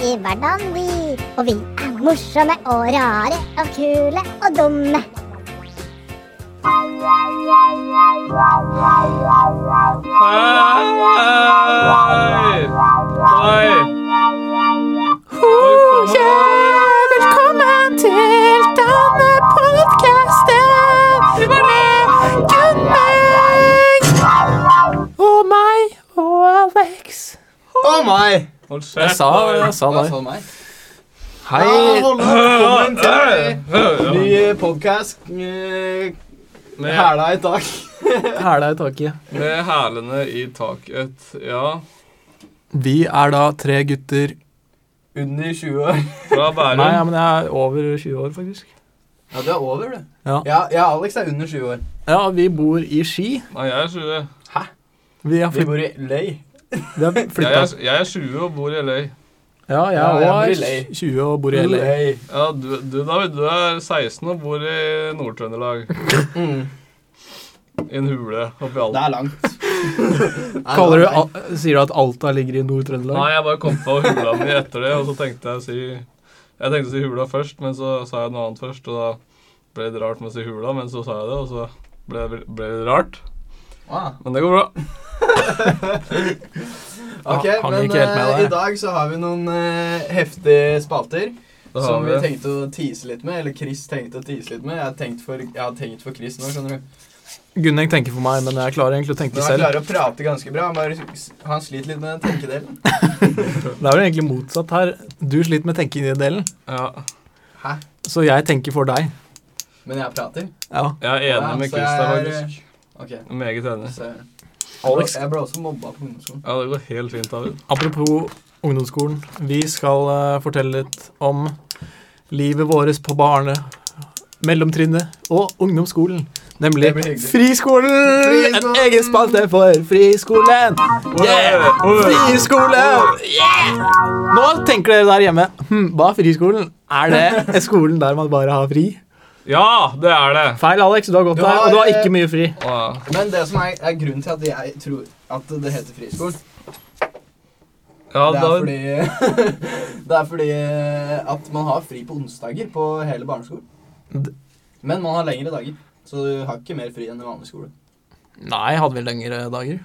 i hverdagen, vi. Og vi er morsomme og rare og kule og dumme. Hei! Hei! Velkommen til denne podkasten med Gunnlaug og meg og Alex. Å meg! Hold Jeg kjeft. sa, jeg sa Hva det. sa meg? Hei. Velkommen til Ja. ny eh, podcast. eh, Hæla Med, i dag. Hæla i taket. med hælene i taket. Ja. Vi er da tre gutter Under 20 år. Fra Bærum. Nei, ja, men jeg er over 20 år, faktisk. Ja, du er over, du. Ja. ja, ja, Alex er under 20 år. Ja, vi bor i Ski. Nei, jeg er 20. Vi har Vi flytt- bor i Løy. vi har Jeg flytta. er, jeg er 20 og bor i LA. Ja, altså. Ja, jeg jeg bor i òg LA. er 20 og bor i LA. Ja, du, du David, du er 16 og bor i Nord-Trøndelag. Mm. I en hule oppi Det Alta. er langt. Kaller du, Al- sier du at Alta ligger i Nord-Trøndelag? Nei, jeg bare kom på hula mi etter det, og så tenkte jeg å si Jeg tenkte å si hula først, men så sa jeg noe annet først, og da ble det rart med å si hula, men så sa jeg det, og så ble det, ble det rart. Ah. Men det går bra. Ok, Ja, hang men Ah, ikke helt med eh, der. i dag så har vi noen eh, heftige spalter Da har som vi vi- tenkte å tease litt med. Eller Chris tenkte å tease litt med. Jeg har tenkt for, jeg har tenkt for Chris nå, skjønner du. Gunneng tenker for meg, men jeg klarer egentlig å tenke Men han selv. klarer å prate ganske bra. Han, bare, han sliter litt med den tenkedelen. Det er vel egentlig motsatt her. Du sliter med tenkingen-delen, Ja. så jeg tenker for deg. Men jeg prater. Ja. Jeg er enig Ja, med så Chris der, jeg er- faktisk. Ok, Meget enig. så Alex. Jeg ble også mobba på ungdomsskolen. Ja, det går helt fint, David. Apropos ungdomsskolen. Vi skal eh, fortelle litt om livet vårt på barne, mellomtrinnet og ungdomsskolen. Nemlig Det blir hyggelig. friskolen! En Friskolen! egen spalte for friskolen! Yeah! Friskolen! Yeah! Nå tenker dere der hjemme hm, Hva er friskolen? Er det skolen der man bare har fri? Ja, det er det! Feil, Alex. Du har gått Du der, og du har har, eh, ikke mye fri. Åh, Men det som er, er grunnen til at jeg tror at det heter friskolen, Ja, det er David. fordi Det er fordi eh, at man har fri på onsdager på hele barneskolen. D- Men man har lengre dager, så du har ikke mer fri enn i vanlig skole. Nei, jeg hadde vel lengre dager.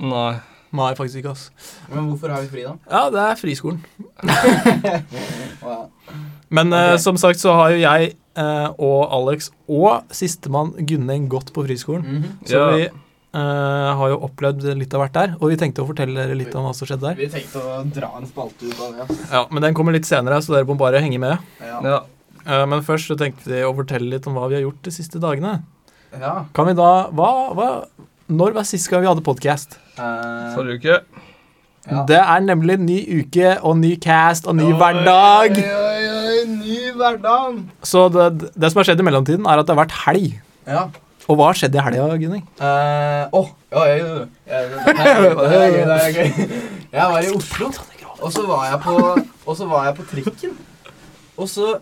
Nei. Nei, faktisk ikke, ass. Men hvorfor har vi fri, da? Ja, det er friskolen. Å, ja. Men eh, Ok. som sagt så har jo jeg eh, og Alex og sistemann Gunneng gått på friskolen. Mhm. Så Ja. vi eh, har jo opplevd litt av hvert der, og vi tenkte å fortelle dere litt om hva som skjedde der. Vi tenkte å dra en spalte ut av det. ass. Ja, Men den kommer litt senere, så dere må bare henge med. Ja. Ja. Eh, men først så tenkte vi å fortelle litt om hva vi har gjort de siste dagene. ja. Kan vi da hva, hva, Når var sist gang vi hadde podkast? Eh, Forrige uke. Ja. Det er nemlig ny uke og ny cast og ny Oi, hverdag. oi, oi, ny hverdag! Så det, det som har skjedd i mellomtiden, er at det har vært helg. Ja. Og hva har skjedd i helga, Gunning? Eh, Åh, ja, jeg gjør det. Jeg gjør det. Det er gøy, det er gøy, det er gøy. Jeg var i Oslo, og så var jeg på, og så var jeg på trikken. Og så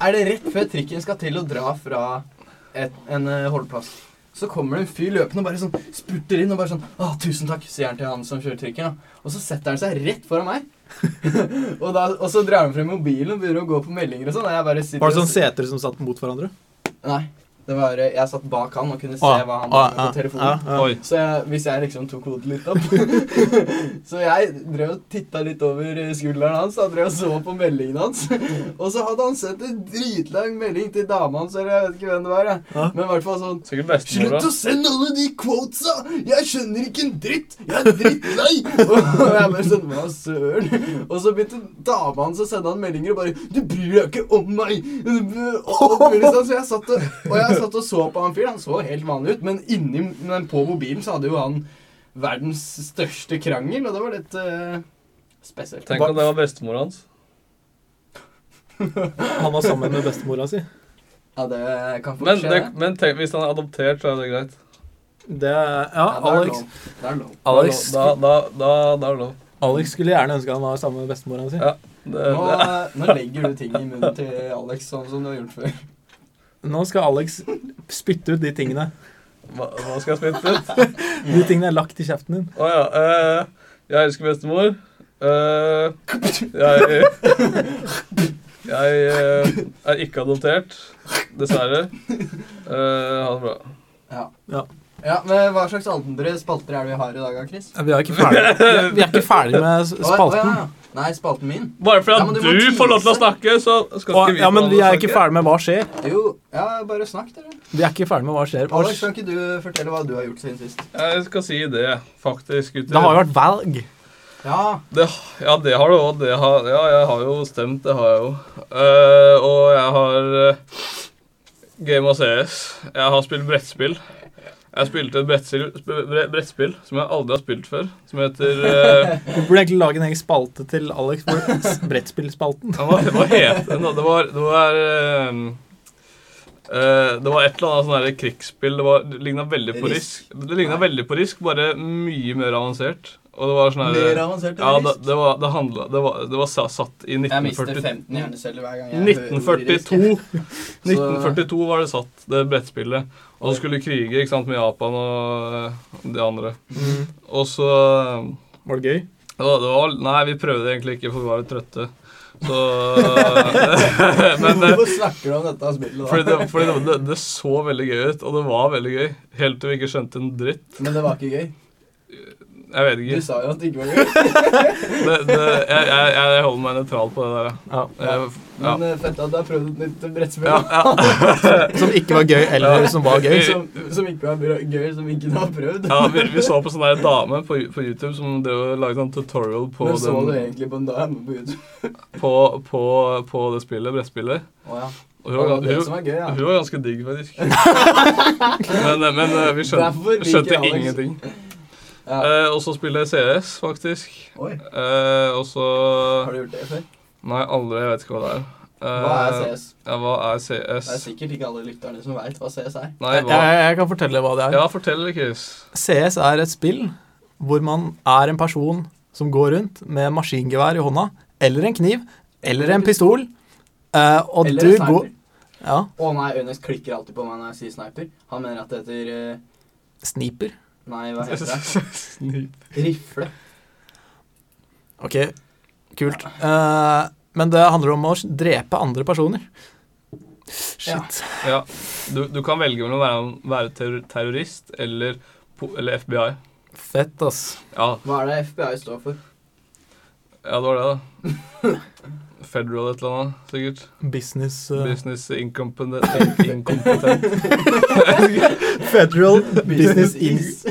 er det rett før trikken skal til å dra fra et, en eh, holdeplass. Så kommer det en fyr løpende og bare sånn spurter inn og bare sånn Å, tusen takk, sier han til han som kjører trikken. da. Og så setter han seg rett foran meg. og, da, og så drar han frem mobilen og begynner å gå på meldinger og sånn. og jeg bare sitter og- seter som satt mot hverandre? Nei. Det var, eh, jeg satt bak han og kunne se Ah, hva han ah, hadde på ah, telefonen. ah, ah. Oi. Så jeg, hvis jeg liksom tok hodet litt opp Så jeg drev og titta litt over skulderen hans. Han drev og så på meldingen hans. Og så hadde han sendt en dritlang melding til dama hans, eller jeg vet ikke hvem det var. Jeg. Ja. Men i hvert fall sånn Sikkert Slutt bestemora. å sende alle de quotesa! Jeg skjønner ikke en dritt! Jeg er drittlei! og jeg bare sånn, hva søren? Og så begynte dama hans å sende han meldinger og bare Du bryr deg ikke om meg! Og alt mulig sånn, så jeg satt og, og jeg satt og så på han fyren. Han så helt vanlig ut, men inni men på mobilen så hadde jo han verdens største krangel, og det var litt eh, spesielt. Tenk om det var bestemora hans. Han var sammen med bestemora si. Ja, det kan fort Men, skje. det, men tenk, hvis han er adoptert, så er det greit. Det er, ja, Ja, det er Alex, lov. Det er lov. Alex, Da, da, da, da er det lov. Alex skulle gjerne ønske han var sammen med bestemora si. Ja. Det, Nå, det. nå legger du ting i munnen til Alex, sånn som du har gjort før. Nå skal Alex spytte ut de tingene Hva, hva skal jeg spytte ut? De tingene er lagt i kjeften din. Å ja. eh, jeg elsker bestemor. Eh, jeg jeg eh, er ikke adoptert, dessverre. Eh, ha det bra. Ja, men Hva slags andre spalter er det vi har i dag, da, Chris? Vi er ikke ferdig, vi er, vi er ikke ferdig med s- Å, ja, å, spalten. ja, ja. Nei, spalten min? Bare fordi Ja, at men du må du, får lov til å tease. snakke, så skal Å, ikke vi ja, men få lov vi til å er ikke snakke. ferdig med hva skjer. Jo, ja, bare snakk, dere. Vi er ikke ferdig med hva skjer. Hva Alex, skj- kan ikke du fortelle hva du har gjort siden sist? Jeg skal si det, faktisk, gutter. Det har jo vært valg. Ja, Det, ja, det har du òg. Det har, ja, jeg har jo stemt, det har jeg jo. Eh, og jeg har eh, Game of CS. Jeg har spilt brettspill. Jeg spilte et brettspill, sp- bre- brettspill som jeg aldri har spilt før, som heter eh, Vi burde egentlig lage en egen spalte til Alex for s- brettspillspalten. hva, hva het den? da? Det var, det var eh, eh, det var et eller annet sånn her krigsspill. Det, var- det ligna veldig på Risk? Risk. Det ligna veldig på Risk, bare mye mer avansert. Og det var sånn her Mer avansert enn Ja, det, Risk. det var, det, handla, det, var, det var sa- satt i Jeg mister 1942. 15 hjerneceller hver gang jeg hører ordet risk. 1942 1942 var det satt, det brettspillet. Og så skulle de krige ikke sant, med Japan og eh, de andre. Mm. Og så Var det gøy? ja, det var, Nei, vi prøvde egentlig ikke, for vi var litt trøtte. Så Men eh, Hvorfor snakker du om dette fordi, spillet, da? det, fordi det, det, det så veldig gøy ut, og det var veldig gøy. Helt til vi ikke skjønte en dritt. Men det var ikke gøy. Jeg vet Du ikke. sa jo at det ikke var gøy. Det, det, jeg, jeg, jeg holder meg nøytral på det der. Ja. ja. Jeg- ja. Men eh, fett at du har prøvd et nytt brettspill. Ja, da. ja. Som ikke var gøy, eller som var gøy. Som, som ikke var bra- gøy, som ikke du har prøvd. Ja, vi, vi så på sånn der dame på, på YouTube som drev og lagde sånn tutorial på, Men så du den, egentlig på en dag på YouTube? på, på, på det spillet, brettspillet. Å ja. Og Det hun, var, var det hun, som var gøy, ja. hun var ganske digg, faktisk. men, eh, men eh, vi skjønte, Derfor liker skjønte Alex- ingenting. Ja. Eh, og så spiller jeg CS, faktisk. Oi, Eh, og så har du gjort det før? Nei, aldri. Jeg vet ikke hva det er. Eh, Hva er CS? Ja, hva er CS? Det er sikkert ikke alle lytterne som veit hva CS er. Nei, Jeg, hva? jeg, jeg kan fortelle hva det er. Ja, fortell, Chris. CS er et spill hvor man er en person som går rundt med maskingevær i hånda, eller en kniv, eller en pistol, eh, og Eller du sniper. går Ja, Å nei, Ønex klikker alltid på meg når jeg sier sniper. Han mener at det heter eh, sniper. Nei, hva heter det? Sniper. Rifle. Ok, kult. Eh, men det handler om å drepe andre personer. Shit. Ja. Du, du kan velge mellom å være, være terror- terrorist eller, po- eller FBI. Fett, ass. Ja, Hva er det FBI står for? ja, det var det, da. Federal et eller annet, sikkert. Business eh, Business incompetent. incompetent. Federal Business in- is.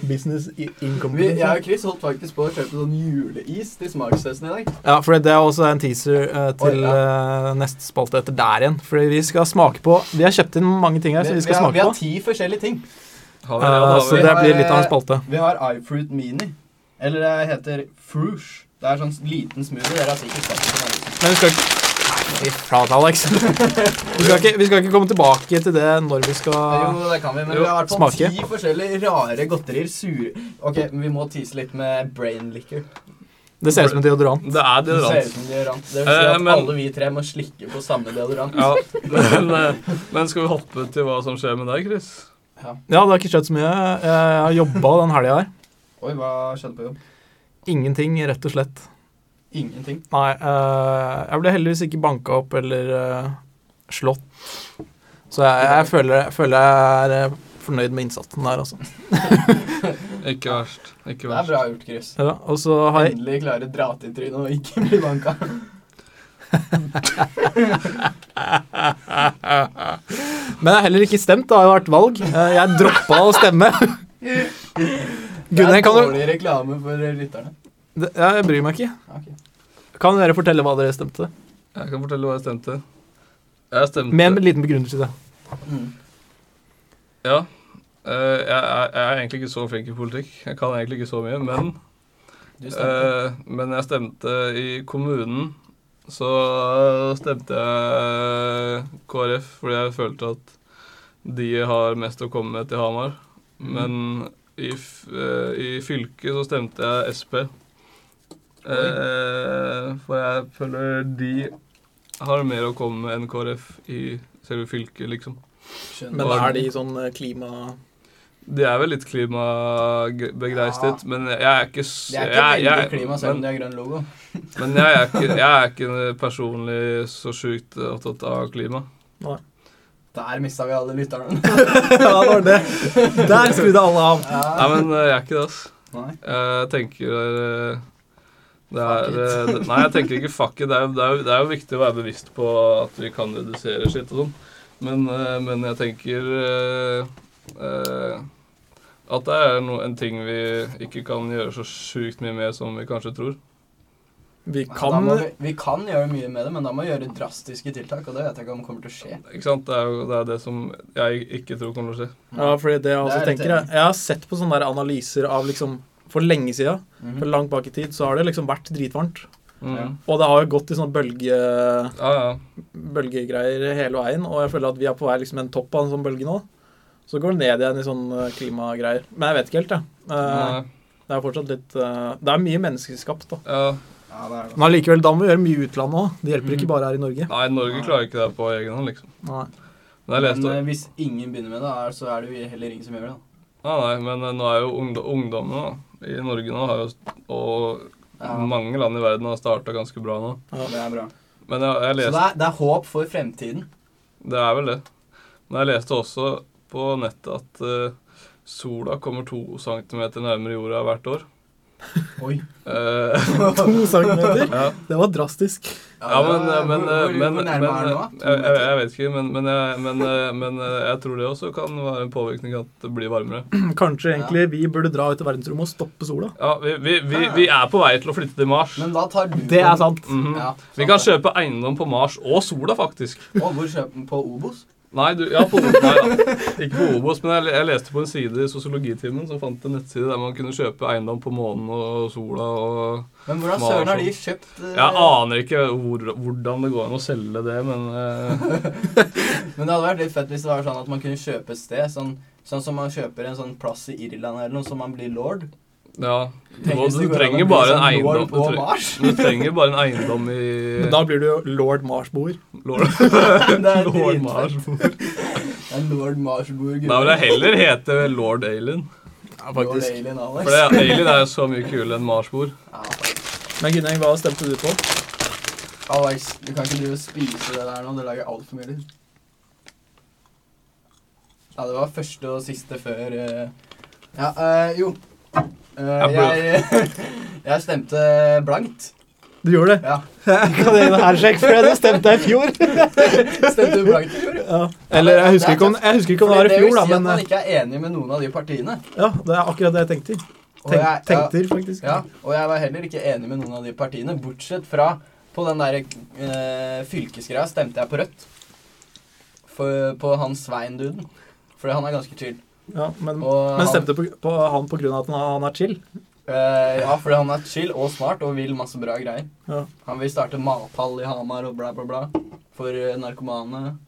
Business i- Income. Vi, jeg og Chris holdt faktisk på å kjøpe sånn juleis til smakstesten i dag. Ja, for det er også en teaser eh, til eh, neste spalte etter der igjen. Fordi vi skal smake på Vi har kjøpt inn mange ting her, som vi skal har, vi smake har på. ti forskjellige ting. Har vi det? Eh, Har så vi det? det har, blir litt av en eh, spalte. Vi har iFruit Mini. Eller det heter Frush. Det er sånn liten smoothie. Dere har sikkert sett det. mange ganger. Men vi skal ikke Fy flate, Alex. vi, skal ikke, vi skal ikke komme tilbake til det når vi skal Jo, det kan vi, men Ah. Jo, vi har i hvert fall smake. ti forskjellige rare godterier. Sure Ok, men vi må tease litt med brain liquor. Det ser ut som en deodorant. Det er Det ser ut deodorant. som deodorant. Det vil si Eh, at men- alle vi tre må slikke på samme deodorant. Ja, men, eh, men skal vi hoppe til hva som skjer med deg, Chris? Ja, det har ikke skjedd så mye. Jeg har jobba den helga her. Oi, hva skjedde på jobb? Ingenting, rett og slett. Ingenting. Nei, eh, jeg ble heldigvis ikke banka opp eller eh, slått. Så jeg, jeg, føler, jeg føler jeg er eh, fornøyd med innsatsen der, altså. Ikke verst. Ikke Det er verst. bra gjort, Chris. Ja, og så har jeg Endelig klare å dra til trynet og ikke bli banka. Men jeg har heller ikke stemt. Det har jo vært valg. Eh, Jeg droppa å stemme. Det Gunnhild, er kan du dårlig reklame for lytterne. Ah, Det- ja, Jeg bryr meg ikke. Ok. Kan dere fortelle hva dere stemte? Jeg kan fortelle hva jeg stemte. Jeg stemte Med en liten begrunnelse. da. Mm. Ja. Eh, jeg, er- jeg er egentlig ikke så flink i politikk. Jeg kan egentlig ikke så mye, men Du stemte. Eh, men jeg stemte i kommunen. Så stemte jeg KrF fordi jeg følte at de har mest å komme med til Hamar. Mm. Men i, f eh, i fylket så stemte jeg Sp. Eh, for jeg føler de har mer å komme med enn KrF i selve fylket, liksom. Skjønner. Men er de sånn eh, klima... De er vel litt klimabegeistret, men jeg er ikke s- Det er ikke jeg- veldig jeg- klima selv om det er grønn logo. Men jeg er ikke, jeg er ikke personlig så sjukt opptatt av klima. Der mista vi alle lytterne. Ja, det var det. Der skrudde alle av. Nei, men eh, jeg er ikke det, ass. Nei. Jeg tenker eh, det er, eh, det- Nei, jeg tenker ikke fuck it. Det er, jo- det, er, jo- det er jo viktig å være bevisst på at vi kan redusere skitt og sånn. Men, eh, men jeg tenker eh, eh, at det er no, en ting vi ikke kan gjøre så sjukt mye med som vi kanskje tror. Vi Altså, Da kan må vi, vi kan gjøre mye med det, men da må vi gjøre drastiske tiltak, og det vet jeg ikke om kommer til å skje. Ikke sant? Det er jo det, er det som jeg ikke tror kommer til å skje. Ja, fordi det jeg også Det er litt tenker jeg, jeg har sett på sånne der analyser av liksom For lenge siden, Mhm. for Mm. langt bak i tid, så har det liksom vært dritvarmt. Mm. Og det har jo gått i sånne bølge, Ja, ja. bølgegreier hele veien. Og jeg føler at vi er på vei liksom en topp av en sånn bølge nå. Så går det ned igjen i sånne klimagreier. Men jeg vet ikke helt, jeg. Eh, Nei, Det er fortsatt litt eh, Det er mye menneskeskapt, da. ja. Ja, det er det. Men allikevel, da må vi gjøre mye i utlandet òg. Det hjelper ikke bare her i Norge. Nei, Norge klarer ikke det på egen hånd, liksom. Nei. Men jeg Men leste eh, hvis ingen begynner med det, er- så er det jo heller ingen som gjør det. da. ah, Nei, men eh, nå er jo ungdo- ungdommene da, i Norge nå har jo Og Ja, mange land i verden har starta ganske bra nå. det er bra. Men jeg, jeg Så det leste er, det er håp for fremtiden. Det er vel det. Men jeg leste også på nettet at eh, sola kommer to centimeter nærmere jorda hvert år. Oi. Eh, To centimeter. ja. Det var drastisk. Ja, men, eh, men, hvor, men, hvor men eh, nærme er det nå? da? To jeg, jeg, meter? jeg vet ikke, men, men, jeg, men, eh, men eh, jeg tror det også kan være en påvirkning at det blir varmere. Kanskje egentlig vi burde dra ut i verdensrommet og stoppe sola. Ja, vi, vi, vi, vi er på vei til å flytte til Mars. Men da tar du Det er sant. Mhm. Ja, Vi kan kjøpe eiendom på Mars og sola, faktisk. Og hvor kjøper den? På Obos? Nei, du, ja, på, nei da. ikke på Obos, men jeg, jeg leste på en side i sosiologitimen som fant en nettside der man kunne kjøpe eiendom på månen og sola og Men hvordan Mars, søren har de sånn. ja. ah. kjøpt eh, Jeg aner ikke hvor, hvordan det går an å selge det, men eh, Men det hadde vært litt fett hvis det var sånn at man kunne kjøpe et sted. Sånn, sånn som man kjøper en sånn plass i Irland eller noe, så man blir lord. ja. Du, Tenk hvis du det går an å trenger bli bare en sånn eiendom lord du, på tre, Mars. du trenger bare en eiendom i Men da blir du jo lord Mars-boer. Lord, Det er Lord dritfett. Mars. Det er lord Marsburg. Da vil jeg heller hete Lord Alien. Ja, Lord faktisk. Alien For Alex. det, Alien er jo så mye kulere enn Marsbord. Men Gunneng, hva stemte du på? Alex, du kan ikke drive og spise det der nå. Det lager altfor mye lyd. Ja, det var første og siste før eh, Ja, eh, jo. Eh, Jeg jeg, jeg stemte blankt. Du gjorde det. Ja. Kan jeg gjøre en hærsjekk, for det stemte jeg i fjor. Stemte du blankt i fjor? Ja. Eller jeg husker, ikke om, jeg husker ikke om det var i Fordi fjor, da, vil si at men man eh, ikke er enig med noen av de partiene. ja, det er akkurat det jeg tenkte. Og jeg, Tenk, ja, tenkte, faktisk. ja, og jeg var heller ikke enig med noen av de partiene, bortsett fra på den der eh, fylkesgreia stemte jeg på Rødt. For, på han Svein-duden. Fordi han er ganske chill. Ja, men, Og men han- stemte på, på han på grunn av at han, han er chill? Eh, ja, fordi han er chill og smart og vil masse bra greier. Ja. Han vil starte matpall i Hamar og bla, bla, bla for eh, narkomane.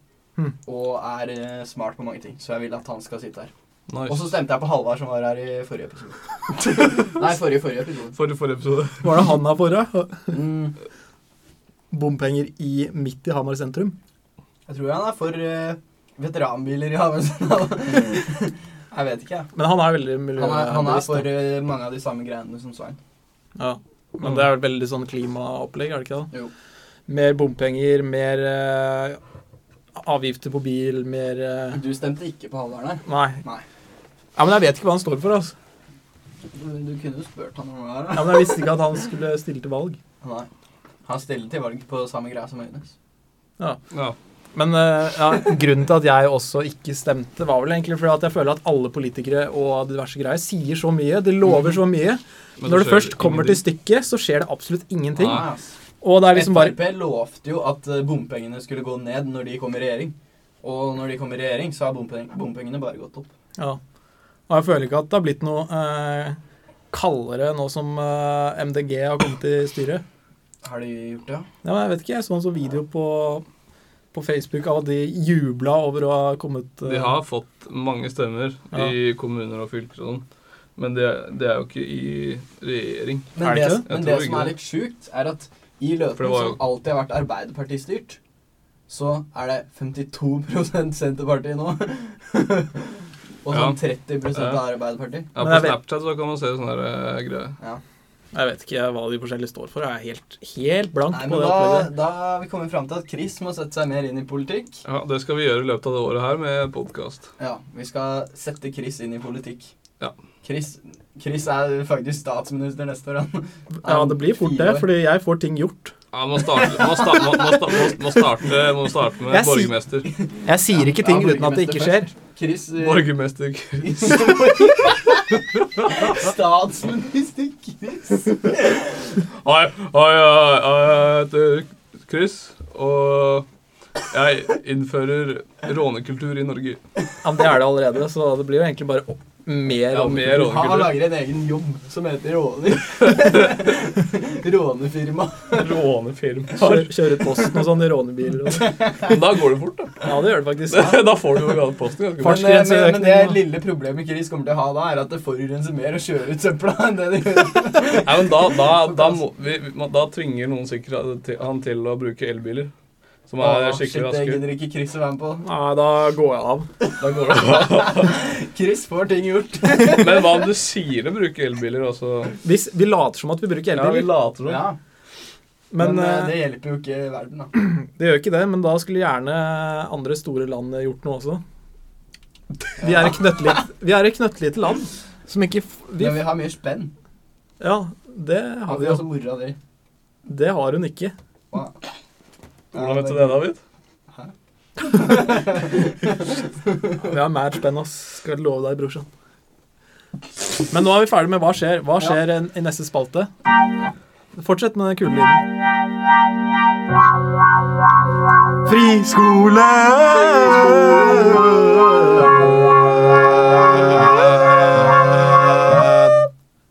Hmm. Og er eh, smart på mange ting, så jeg vil at han skal sitte her. Og så Nice. stemte jeg på Halvard, som var her i forrige episode. Nei, forrige, forrige episode. For forrige episode. Var det han her forrige? Mm, Bompenger i, midt i Hamar sentrum? jeg tror han er for eh, veteranbiler i Havøysund. jeg vet ikke, jeg. Men han er veldig Han er, han er miljøbevisst. for eh, mange av de samme greiene som Svein. Ja. Men det er vel veldig sånn klimaopplegg, er det ikke det? Jo. Mer bompenger, mer eh, avgifter på bil, mer eh, Du stemte ikke på Halvard, nei. Nei. Nei. Ja, men jeg vet ikke hva han står for, altså. Du, du kunne jo spurt han om det her. da. Ja, men jeg visste ikke at han skulle stille til valg. Nei. Han stiller til valg på samme greia som Øynes. Ja. Men eh, ja, grunnen til at jeg også ikke stemte, var vel egentlig fordi at jeg føler at alle politikere og diverse greier sier så mye, de lover så mye. Mhm. Men det Når det skjer først kommer til ingenting. stykket, så skjer det absolutt ingenting. Nei. Og det er liksom bare Frp lovte jo at eh, bompengene skulle gå ned når de kom i regjering. Og når de kom i regjering, så har bompeng bompengene bare gått opp. Ja. Og jeg føler ikke at det har blitt noe eh, kaldere nå som eh, MDG har kommet i styret. Har de gjort det? Ja, men jeg vet ikke, jeg så en sånn video på, på Facebook av at de jubla over å ha kommet eh, De har fått mange stemmer Ja. i kommuner og fylker og sånn, men det, det er jo ikke i regjering. Men Er det ikke det, det? men Jeg det tror som ikke er det. litt sjukt, er at i For det Løten, var jo- som alltid har vært Arbeiderparti-styrt, så er det 52 Senterpartiet nå. Og sånn 30 av Arbeiderpartiet. Ja, på Men jeg vet- Snapchat så kan man se sånne der, eh, greier. Jeg vet ikke hva de forskjellige står for. Jeg er helt, helt blank Nei, på men det da, opplegget. da er vi kommet fram til at Chris må sette seg mer inn i politikk. Ja, Det skal vi gjøre i løpet av det året her med podkast. Ja, vi skal sette Chris inn i politikk. Ja. Chris, Chris er faktisk statsminister neste år, han. Ja, det blir fort det, fordi jeg får ting gjort. Ja, må starte, må sta- må, må, sta- må, må starte, må starte med Jeg sier- borgermester. Jeg sier ikke ting uten at det ikke skjer. Chris eh, Borgermester Statsminister Chris. Hei, hei, hei, hei, jeg heter Chris, og jeg innfører rånekultur i Norge. Ja, men det er det allerede, så det blir jo egentlig bare opp- mer Ja, om mer Han rånekultur. lager en egen jobb som heter råner. Rånefirma. Kjøre, kjøre ut posten og sånn i rånebiler og sånn. Men da går det fort, da. Ja, det gjør det faktisk. Da får du jo galt posten ganske fort. Fart- Men, eh, men, men det Fartsgrenseøkning, ja. lille problemet Chris kommer til å ha da, er at det forurenser mer å kjøre ut søpla enn det det gjør. Nei, men da, da, da, må, vi, vi må- da tvinger noen sikkert til- han til å bruke elbiler. Som er Åh, shit, skikkelig det raske. gidder ikke Chris å være med på. Nei, da går jeg av. Da går det. Chris får ting gjort. Men hva om du sier å bruke elbiler altså? også? Hvis, vi later som at vi bruker Ja, vi elbil, later som. Ja, men men eh, eh, det hjelper jo ikke verden, da. det gjør ikke det. Men da skulle gjerne andre store land eh, gjort noe også. Vi er et knøttlite, vi er et knøttlite land som ikke f- vi, Altså, Men vi har mye spenn. Ja, det har Har vi vi jo. også mora di? Det har hun ikke. Wow. Hvordan vet du det, David? Vi har mer spenn, ass. Skal jeg love deg, brorsan. Men nå er vi ferdig med hva skjer. Hva skjer en- i neste spalte? Fortsett med den kule lyden. Friskole!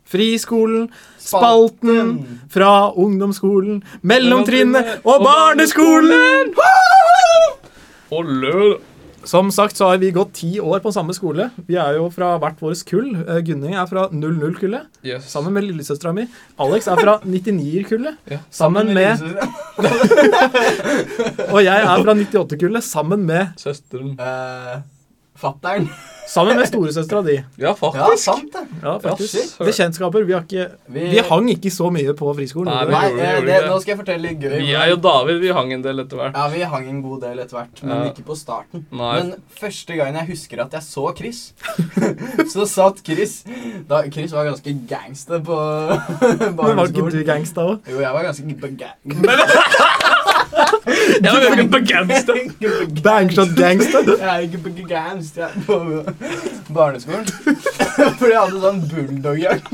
Friskolen, spalten fra ungdomsskolen, mellomtrinnet og barneskolen! Og løl. Som sagt så har vi gått ti år på samme skole. Vi er jo fra hvert vårt kull. Eh, Gunning er fra 00-kullet, Yes. sammen med lillesøstera mi. Alex er fra 99-kullet, Ja. sammen med Og jeg er fra 98-kullet, sammen med Søsteren. Eh, Fatteren. Sammen med storesøstera di. Ja, Ja, faktisk. sant det. Ja, faktisk. shit. Bekjentskaper. Vi, har ikke, Vi, vi hang ikke så mye på friskolen. Nei, gjorde vi? Nei, gjorde vi, eh, gjorde vi det, det? nå skal jeg fortelle litt gøy. Vi er jo David. Vi hang en del etter hvert. Ja, vi hang en god del etter hvert, men Ja. ikke på starten. Nei. Men første gangen jeg husker at jeg så Chris, så satt Chris da, Chris var ganske gangster på Men var ikke du barneskolen. gangsta òg? Jo, jeg var ganske baga- Jeg var ganske begrenset. baga- Bangshot gangsta? Jeg er ikke baga- gangster jeg, på barneskolen. Fordi jeg hadde sånn bulldogjakk.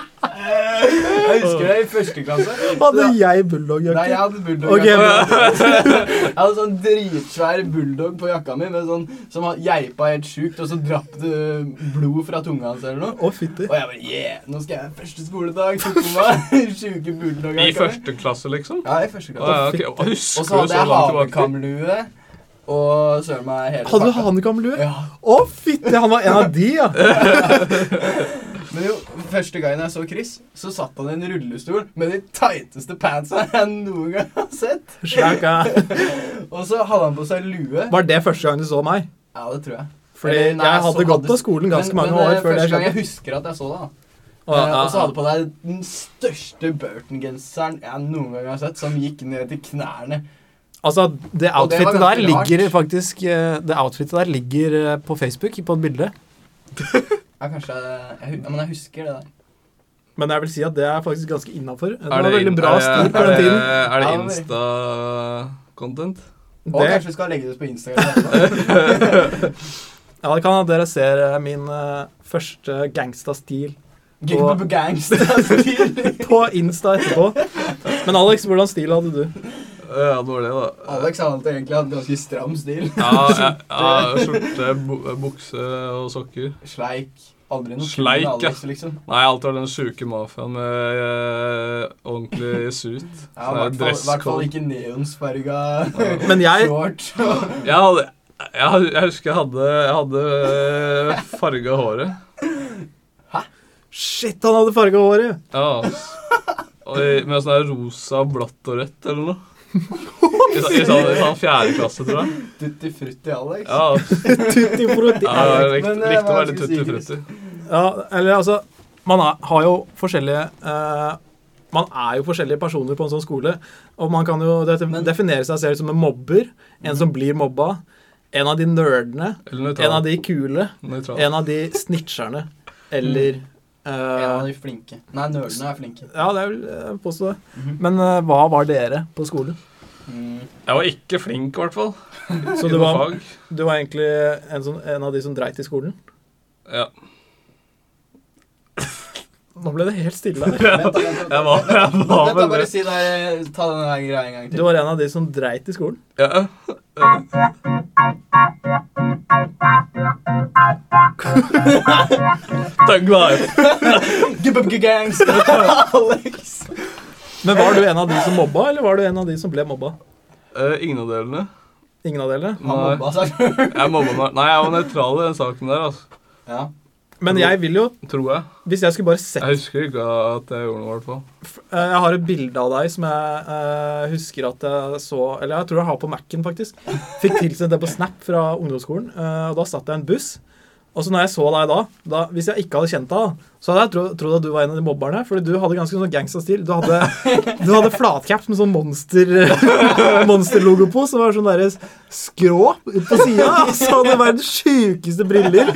Jeg husker det i første klasse. Hadde Så- jeg Nei, jeg bulldogjakke? hadde bulldog Ok, bra. Jeg hadde sånn dritsvær bulldog på jakka mi med sånn, som hadde geipa helt sjukt, og så drapp det blod fra tunga hans eller noe. Å, fytti. Og jeg bare yeah, nå skal jeg første skoledag. Tok på meg sjuke bulldogjakka. I mi. første klasse, liksom? Ja, i Å, første ja, klasse. ok. Å, Og Husker så du hadde så jeg langt tilbake? hanekamlue og søren meg hele Hadde du pakka. hanekamlue? Ja. Å, fytti! Han var en av de, ja. Men jo, første gangen jeg så Chris, så satt han i en rullestol med de tighteste pantsa jeg noen gang har sett. Slakka. Og så hadde han på seg lue. Var det første gang du så meg? Ja, det tror jeg. Fordi Eller, nei, jeg så hadde gått på skolen ganske mange men, eh, år før det Første gang jeg skjedde. husker at jeg så det, Å, da. Eh, ja, Og så hadde ja. du på deg den største Burton-genseren jeg noen gang har sett, som gikk ned til knærne. Altså, det Og det var outfitet der ganske rart. ligger faktisk eh, Det outfitet der ligger eh, på Facebook, på et bilde. Ja, kanskje jeg, jeg, hu- ja, Men jeg husker det der. Men jeg vil si at det er faktisk ganske innafor. Det Er var veldig in- bra er- stil på er den det- tiden. Er det Ja, men- Insta-content? Og Det- kanskje vi skal legge det ut på Instagram. etterpå. Ja, det kan at dere ser eh, min eh, første gangsta-stil Gikk på gangster. på Insta etterpå. Men Alex, hvordan stil hadde du? Ja, det var det, da. Alex har alltid egentlig hatt ganske stram stil. Ja, ja, ja, skjorte, bu- bukse og sokker. Sleik. Aldri noe Sleik, kul Alex, liksom. Nei, alt var den sjuke mafiaen med eh, ordentlig suit. Ja, I Sånn hvert fall- i hvert fall dresscode. ikke neonsfarga Men jeg, short. Jeg, hadde, jeg, jeg husker jeg hadde, jeg hadde eh, farga håret. Shit, han hadde farga håret! Ja, ass. Og i- Med sånn her rosa, blått og rødt eller noe. I, sa- i, sa- i sånn fjerde klasse, tror jeg. Tutti frutti Alex. Ja, Tutti frutti. ja jeg likte, Men, eh, likte å hva være litt skal tutti jeg si, frutti. Ja, eller altså Man er, har jo forskjellige eh, Man er jo forskjellige personer på en sånn skole. Og man kan jo det, Men- definere seg selv som en mobber. En som blir mobba. En av de nerdene. Eller En av nøytral. de kule. nøytral. En av de snitcherne. Eller En av eh, de flinke. Nei, nerdene er flinke. Ja, det er vel eh, påstå det. Mhm. Men eh, hva var dere på skolen? Mm. Jeg var ikke flink, i hvert fall. Så I du noe var, fag. du var egentlig en, sånn, en av de som dreit i skolen? Ja. Nå ble det helt stille her. Vent, da, vent, Jeg da, var, vent, jeg var da. Vent, da, vel bare det. si der, ta den der greia en gang Du til. var en av de som dreit i skolen? Ja. Takk, Leif. Gubbubgugangs. Alex. Men var du en av de som mobba, eller var du en av de som ble mobba? Eh, Ingen av delene. Ingen av dere? Han Nei. mobba seg. Jeg mobba meg. Nei, jeg var nøytral i den saken der, altså. Ja. Men jeg vil jo, Tror jeg. hvis jeg skulle bare sett Jeg husker ikke at jeg gjorde noe, i hvert fall. Eh, Jeg har et bilde av deg som jeg eh, husker at jeg så Eller jeg tror jeg har på Mac-en, faktisk. Fikk tilsendt det på Snap fra ungdomsskolen. eh, og Da satt jeg i en buss. Og så når jeg så deg da, da Hvis jeg ikke hadde kjent deg, da, så hadde jeg tro, trodd at du var en av de mobberne. Fordi du hadde ganske sånn gangsta-stil. Du hadde, du hadde flatcaps med sånn monster monsterlogo på, som var sånn derre skrå ut på sida. Og så hadde du verdens sjukeste briller.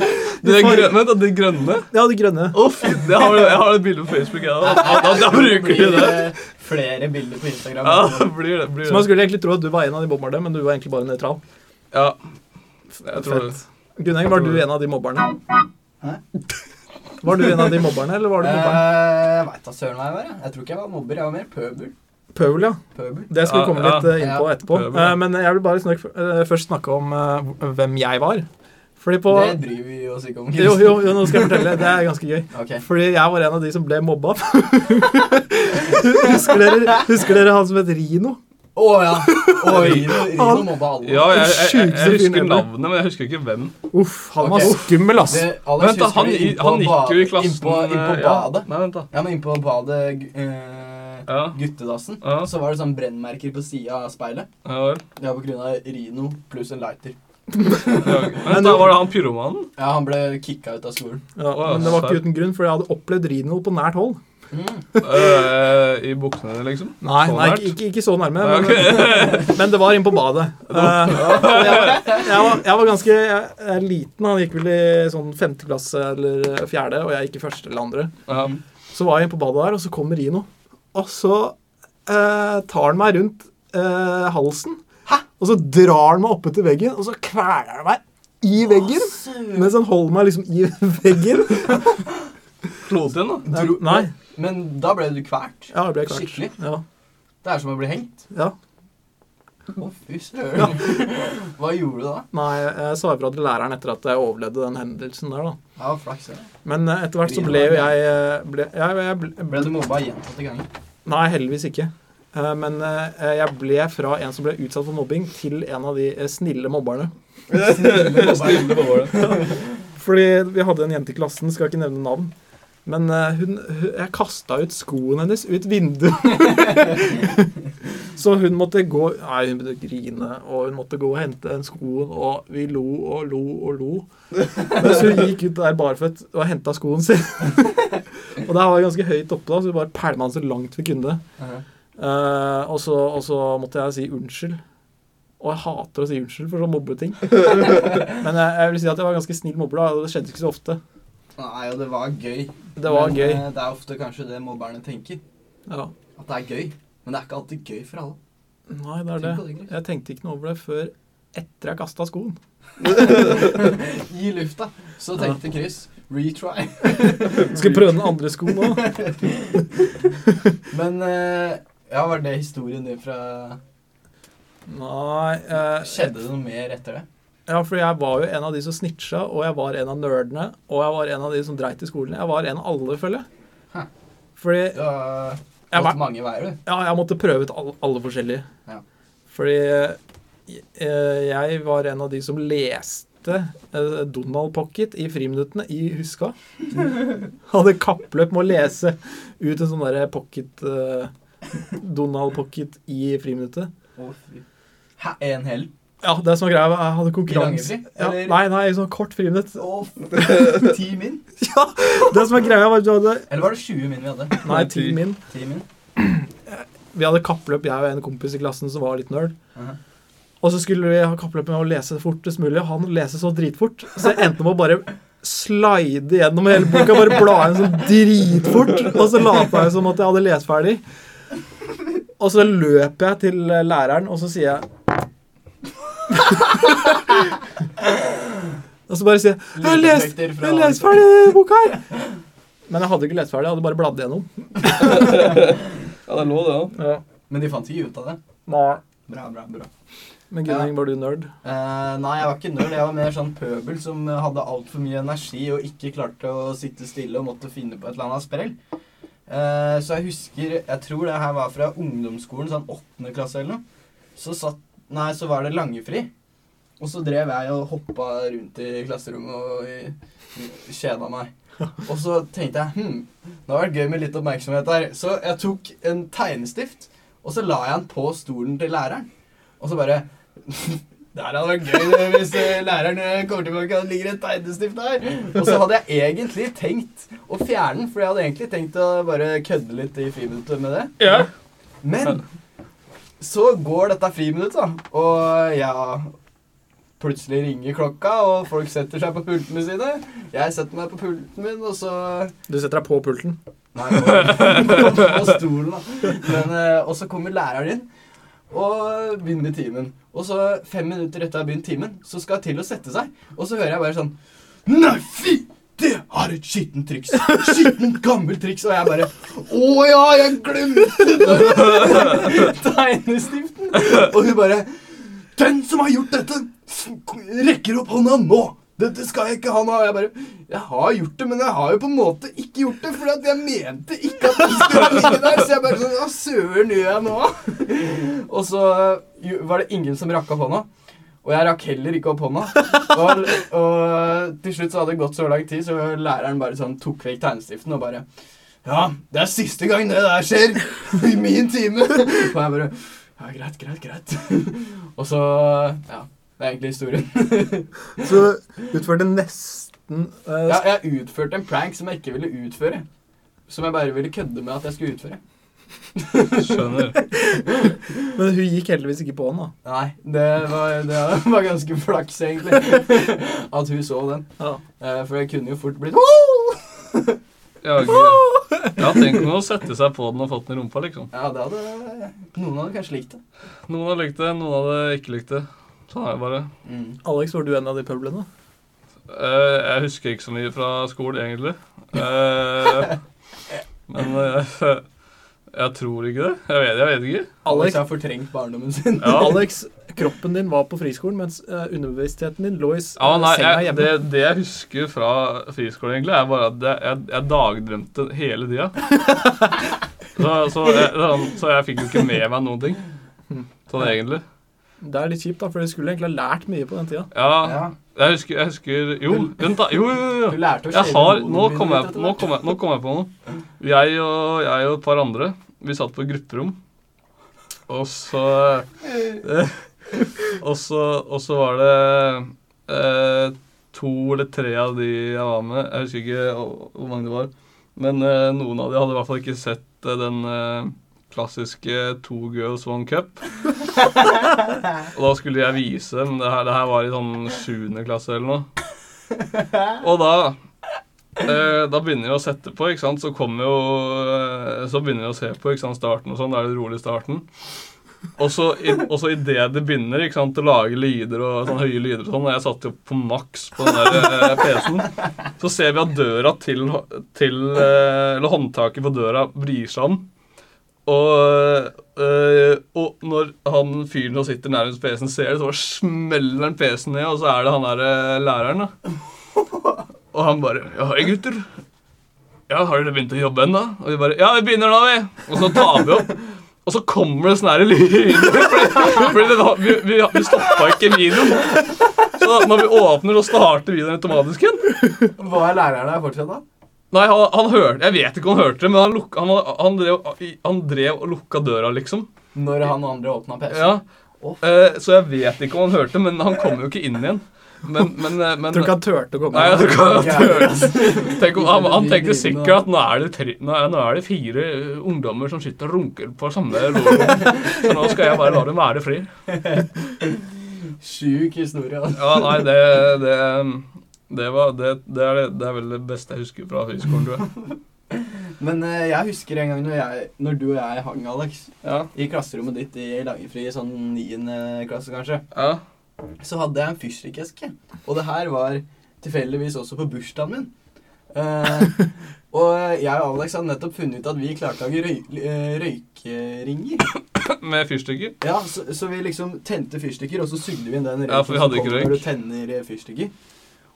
De der grønne, vent, da, de grønne? Ja, de grønne. Å, fy, jeg har, jeg har et bilde på Facebook. jeg, Da, da, da, da bruker de blir, det. eh, Flere bilder på Instagram. Ja, det blir det. Blir Så man det. skulle egentlig tro at du var en av de mobberne, men du var egentlig bare nøytral. Ja. Jeg tror det. Fett. Gunneng, var du en av de mobberne? Hæ? Var du en av de mobberne, eller var du mobberen? Eh, Jeg veit da søren hva jeg var. jeg. Jeg tror ikke jeg var mobber. Jeg var mer pøbel. Pøbel, ja. Pøbel. Det skal vi Ja, komme ja. litt eh, inn på etterpå. Pøbel, ja. Eh, Men jeg vil bare snakke, eh, først snakke om eh, hvem jeg var. Fordi på Det driver vi oss ikke om. jo, jo, jo, nå skal jeg fortelle. Det er ganske gøy. Ok. Fordi jeg var en av de som ble mobba. husker, dere, husker dere han som het Rino? Å ja. Å, Rino, Rino mobba alle. Ja, jeg, jeg, jeg, Sjukeste jeg husker fyren ever. navnet, men jeg husker ikke hvem. Uff, han Ok. var skummel, ass. Det, Alex, Vent da, husker han, du i- innpå han ba- gikk jo i klassen Innpå, innpå eh, badet. Ja. Nei, vent, da. Ja, men innpå badet eh, Ja. Guttedassen. Ja. Så var det sånn brennmerker på sida av speilet. Ja, vel. Det var på grunn av Rino pluss en lighter. Ja, ok. Vent, da var det han pyromanen? Ja, han ble kicka ut av skolen. Ja, men det var ikke uten grunn, for jeg hadde opplevd Rino på nært hold. Mm. Eh, I buksene, liksom? Nei, Sånn nei nært? ikke, ikke, ikke så nærme. Nei, Men, men det var inne på badet. Eh, og jeg, var, jeg, var, jeg var ganske jeg, jeg er liten. Han gikk vel i sånn femte klasse eller eh, fjerde, og jeg gikk i første eller andre. Ja. Så var jeg inne på badet der, og så kommer Rino. Og så eh, tar han meg rundt eh, halsen, og så drar han meg oppe til veggen, og så kveler han meg i veggen. Mens han holder meg liksom i veggen. Klot igjen, da. Dro- Nei, Men da ble du kvalt. ja, det ble kvart. Skikkelig. Ja, Det er som å bli hengt. ja. Å, fy søren. Hva gjorde du da? Nei, jeg sa ifra til læreren etter at jeg overlevde den hendelsen der, da. Ja, flaks. det. Men eh, etter hvert så ble jo jeg, eh, ble, jeg, jeg ble, Ble du mobba gjentatte ganger? Nei, heldigvis ikke. Eh, Men eh, jeg ble fra en som ble utsatt for mobbing, til en av de eh, snille mobberne. Snille på det. Fordi vi hadde en jente i klassen, skal ikke nevne navn. Men eh, hun, hun, jeg kasta ut skoen hennes ut vinduet. så hun måtte gå Nei, hun begynte å grine, og hun måtte gå og hente den skoen, og vi lo og lo og lo. Mens hun gikk ut der barføtt og henta skoen sin. og det her var ganske høyt oppe, da, så vi bare pælma den så langt vi kunne. Mhm. Eh, og, så, og så måtte jeg si unnskyld. Og jeg hater å si unnskyld for sånn mobbeting. Men jeg, jeg vil si at jeg var ganske snill mobber, da. og Det skjedde ikke så ofte. Nei, og det var gøy. Det var Men, gøy. eh, Det er ofte kanskje det mobberne tenker. Ja. At det er gøy. Men det er ikke alltid gøy for alle. Nei, det er det. Tenk på det, Chris. Jeg tenkte ikke noe over det før etter jeg kasta skoen. I lufta så Ja. tenkte Chris retry. Skal jeg prøve den andre skoen nå? Men eh, ja, var det historien din fra Nei. Eh, Skjedde det noe mer etter det? ja, for jeg var jo en av de som snitcha, og jeg var en av nerdene, og jeg var en av de som dreit i skolen. Jeg var en av alle, føler jeg. Hæ. Fordi Du har jeg var, gått mange veier, du. Ja, jeg måtte prøve ut alle, alle forskjellige. Ja. Fordi eh, jeg var en av de som leste eh, Donald Pocket i friminuttene i Huska. Hadde kappløp med å lese ut en sånn derre pocket eh, Donald Pocket i friminuttet. Å, fy. Hæ, en hel? Ja, det som var greia, var jeg hadde konkurranse. I langefri, Ja, eller? nei, nei, sånn kort friminutt. Å, fy. Ti min? Ja, det som var greia, var at du hadde Eller var det 20 min vi hadde? Nei, ti min. Ti min? Vi hadde kappløp, jeg og en kompis i klassen som var litt nerd. Mhm. Og så skulle vi ha kappløp med å lese fortest mulig. Han leser så dritfort, så jeg endte med å bare slide gjennom hele boka, bare bla igjen sånn dritfort. Og så lata jeg som at jeg hadde lest ferdig. Og så løp jeg til eh, læreren, og så sier jeg Og så bare sier jeg 'Jeg har lest, Lydeffekter fra- jeg lest ferdig boka her'. Men jeg hadde ikke lest ferdig, jeg hadde bare bladd gjennom. Ja, det lå det òg. Men de fant ikke ut av det. Nei. Bra, bra, bra. Men Gunning, var du nerd? Eh, nei, jeg var ikke nerd. Jeg var mer sånn pøbel som hadde altfor mye energi og ikke klarte å sitte stille og måtte finne på et eller annet sprell. Eh, så jeg husker Jeg tror det her var fra ungdomsskolen, sånn åttende klasse eller noe. Så satt Nei, så var det langefri. Og så drev jeg og hoppa rundt i klasserommet og i- kjeda meg. Og så tenkte jeg hm, det har vært gøy med litt oppmerksomhet her. Så jeg tok en tegnestift, og så la jeg den på stolen til læreren. Og så bare Det her hadde vært gøy det, hvis eh, læreren eh, kommer tilbake og det ligger en tegnestift der. Og så hadde jeg egentlig tenkt å fjerne den, for jeg hadde egentlig tenkt å bare kødde litt i friminuttet med det. Ja. Men så går dette friminuttet, da. Og ja Plutselig ringer klokka, og folk setter seg på pultene sine. Jeg setter meg på pulten min, og så Du setter deg på pulten. Nei, på, på stolen, da. Men, eh, og så kommer læreren inn og begynner timen. Og så fem minutter etter jeg har begynt timen, så skal jeg til å sette seg. Og så hører jeg bare sånn Nei, fy! Det har et skittent triks! Skittent, gammelt triks! Og jeg bare Å ja, jeg glemte det! tegnestiften! Og hun bare Den som har gjort dette, rekker opp hånda nå! Dette skal jeg ikke ha nå. Og jeg bare Jeg har gjort det, men jeg har jo på en måte ikke gjort det, for jeg mente ikke at den skulle ligge der. Så jeg bare sånn Hva søren gjør jeg nå? Og så jo, var det ingen som rakk opp hånda. Og jeg rakk heller ikke opp hånda. Og, og til slutt så hadde det gått så lang tid, så læreren bare sånn tok vekk tegnestiften og bare Ja, det er siste gang det der skjer! I min time! Og jeg bare Ja, greit, greit, greit. Og så Ja. Det er egentlig historien. Så du utførte nesten eh, Ja, jeg utførte en prank som jeg ikke ville utføre. Som jeg bare ville kødde med at jeg skulle utføre. Skjønner. Men hun gikk heldigvis ikke på den, da. Nei, det var, det var ganske flaks, egentlig. At hun så den. Eh, For jeg kunne jo fort blitt Ja, gud. ja, tenk om å sette seg på den og fått den i rumpa, liksom. Ja, det hadde Noen hadde kanskje likt det. Noen hadde likt det, noen hadde ikke likt det. Sånn er det bare. Mm. Alex, var du en av de pøblene? Eh, jeg husker ikke så mye fra skolen, egentlig. Eh, men eh, jeg tror ikke det. Jeg vet, jeg vet ikke. Alex Alex, har fortrengt barndommen sin. Ja. Alex, kroppen din var på friskolen, mens eh, underbevisstheten din lå i s- Ja, nei, senga jeg, Eh, hjemme. det, det jeg husker fra friskolen, egentlig, er bare at jeg, jeg, jeg dagdrømte hele tida. Så, så, jeg- sånn- så jeg fikk jo ikke med meg noen ting. Sånn egentlig. Det... er litt kjipt, da, for du skulle egentlig ha lært mye på den tida. Ja, Ja. jeg husker, jeg husker Jo, vent, da. Jo, jo, jo. Du lærte å Jeg shave har, hodet nå ditt kom jeg, etter nå hvert. kom jeg, nå kom jeg på noe. Jeg og, jeg og et par andre, vi satt på grupperom. Og så eh, Og så, og så var det eh, to eller tre av de jeg var med Jeg husker ikke hvor- hvor mange det var. Men eh, noen av de hadde i hvert fall ikke sett eh, den eh, klassiske Two Girls One Cup. og da skulle jeg vise dem. Det her, det her var i sånn sjuende klasse eller noe. Og da eh, Da begynner vi å sette på, ikke sant. Så kommer jo eh, Så begynner vi å se på ikke sant? starten og sånn. Da er det rolig i starten. Og så i- og så idet det begynner ikke sant, å lage lyder og sånn høye lyder og sånn, og jeg satte jo på maks på den der eh, PC-en, så ser vi at døra til, til eh, Eller håndtaket på døra vrir seg om. Og, eh, og når han fyren som sitter nærmest PC-en, ser det, så bare smeller han PC-en ned, og så er det han der eh, læreren, da. Og han bare Ja, hei, gutter. Ja, Har dere begynt å jobbe ennå? Og vi bare Ja, vi begynner nå, vi. Og så tar vi opp. Og så kommer det sånne her lyder. Fordi, fordi det, var- vi vi, vi stoppa ikke videoen. Så da, når vi åpner, så starter videoen automatisk igjen. Hva er læreren her fortsatt, da? Nei, han, han hørte Jeg vet ikke om han hørte det, men han, lukka, han, han, drev, han drev og lukka døra, liksom. Når han andre åpna PC-en. Ja. Eh, så jeg vet ikke om han hørte, men han kom jo ikke inn igjen. Men, men, eh, men Jeg tror ikke han turte å komme. Nei, jeg tror ikke han Jævlig, hørte. Tenk om, han, han tenkte sikkert at nå er, det tre, nå, er, nå er det fire eh, ungdommer som sitter og runker på samme logoen, så nå skal jeg bare la dem være fri. Sjuk historie. altså. Ja, nei, det Det, det, var, det, det, er, det, det er vel det beste jeg husker fra høyskolen, tror jeg. Men eh, jeg husker en gang når, jeg, når du og jeg hang, Alex, Ja. i klasserommet ditt i langefri, sånn niende klasse kanskje, ja. så hadde jeg en fyrstikkeske. Og det her var tilfeldigvis også på bursdagen min. Eh, og jeg og Alex hadde nettopp funnet ut at vi klarte å lage røy, eh, røykeringer. Med fyrstikker. Ja, så, så vi liksom tente fyrstikker, og så sugde vi inn den Ja, for vi som hadde ikke kommer røyk. Når du tenner eh, fyrstikker.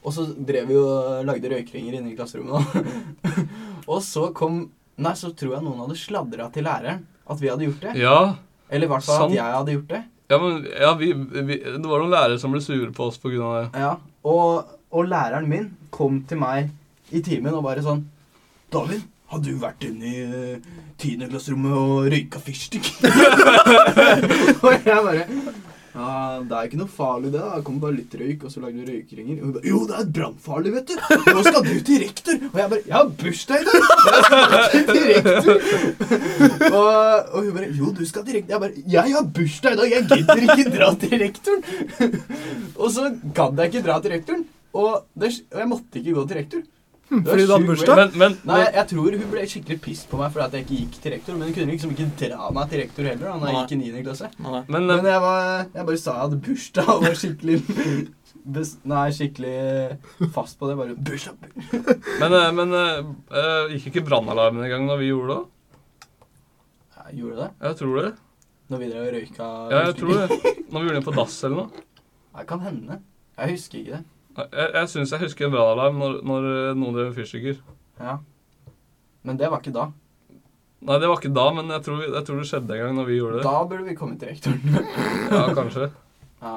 Og så drev vi og lagde røykringer inne i klasserommet. da. og så kom Nei, så tror jeg noen hadde sladra til læreren at vi hadde gjort det. Ja. Eller i hvert fall sant. at jeg hadde gjort det. Ja, men ja, vi, vi, Det var noen lærere som ble sure på oss pga. det. Ja, og, og læreren min kom til meg i timen og bare sånn David, har du vært inne i tiendeklasserommet og røyka fyrstikker? og jeg bare ja, Det er ikke noe farlig, det. da. Det kommer bare litt røyk, og så lager du røykringer. Og hun bare, jo, det er brannfarlig, vet du. Nå skal du til rektor. Og jeg bare Jeg har bursdag i dag! Jeg skal ikke til rektor. og, og hun bare Jo, du skal til rektor. Jeg bare Jeg har bursdag i dag! Jeg gidder ikke dra til rektoren. Og så gadd jeg ikke dra til rektoren. Og, det, og jeg måtte ikke gå til rektor. Det var Hm, fordi du hadde sjukt bursdag? weird. Men, men, Nei, jeg tror hun ble skikkelig pissed på meg fordi at jeg ikke gikk til rektor. Men hun kunne liksom ikke dra meg til rektor heller da når jeg Nei. gikk i 9. klasse. Nei, nei. men, Men men, jeg, var, jeg bare sa jeg hadde bursdag og var skikkelig bes, Nei, skikkelig fast på det. Bare bursdag, bursdag. men, eh, men eh, eh, Gikk ikke brannalarmen i gang da vi gjorde det? Ja, gjorde du det? Jeg tror det. Når vi drev og røyka? Ja, jeg tror det. Når vi gjorde det på dass eller noe. Det kan hende. Jeg husker ikke det. Jeg, jeg syns jeg husker en brannalarm når, når eh, noen drev med fyrstikker. Ja. Men det var ikke da. Nei, det var ikke da, men jeg tror, jeg tror det skjedde en gang når vi gjorde det. Da burde vi komme til rektoren. Ja, kanskje. Ja,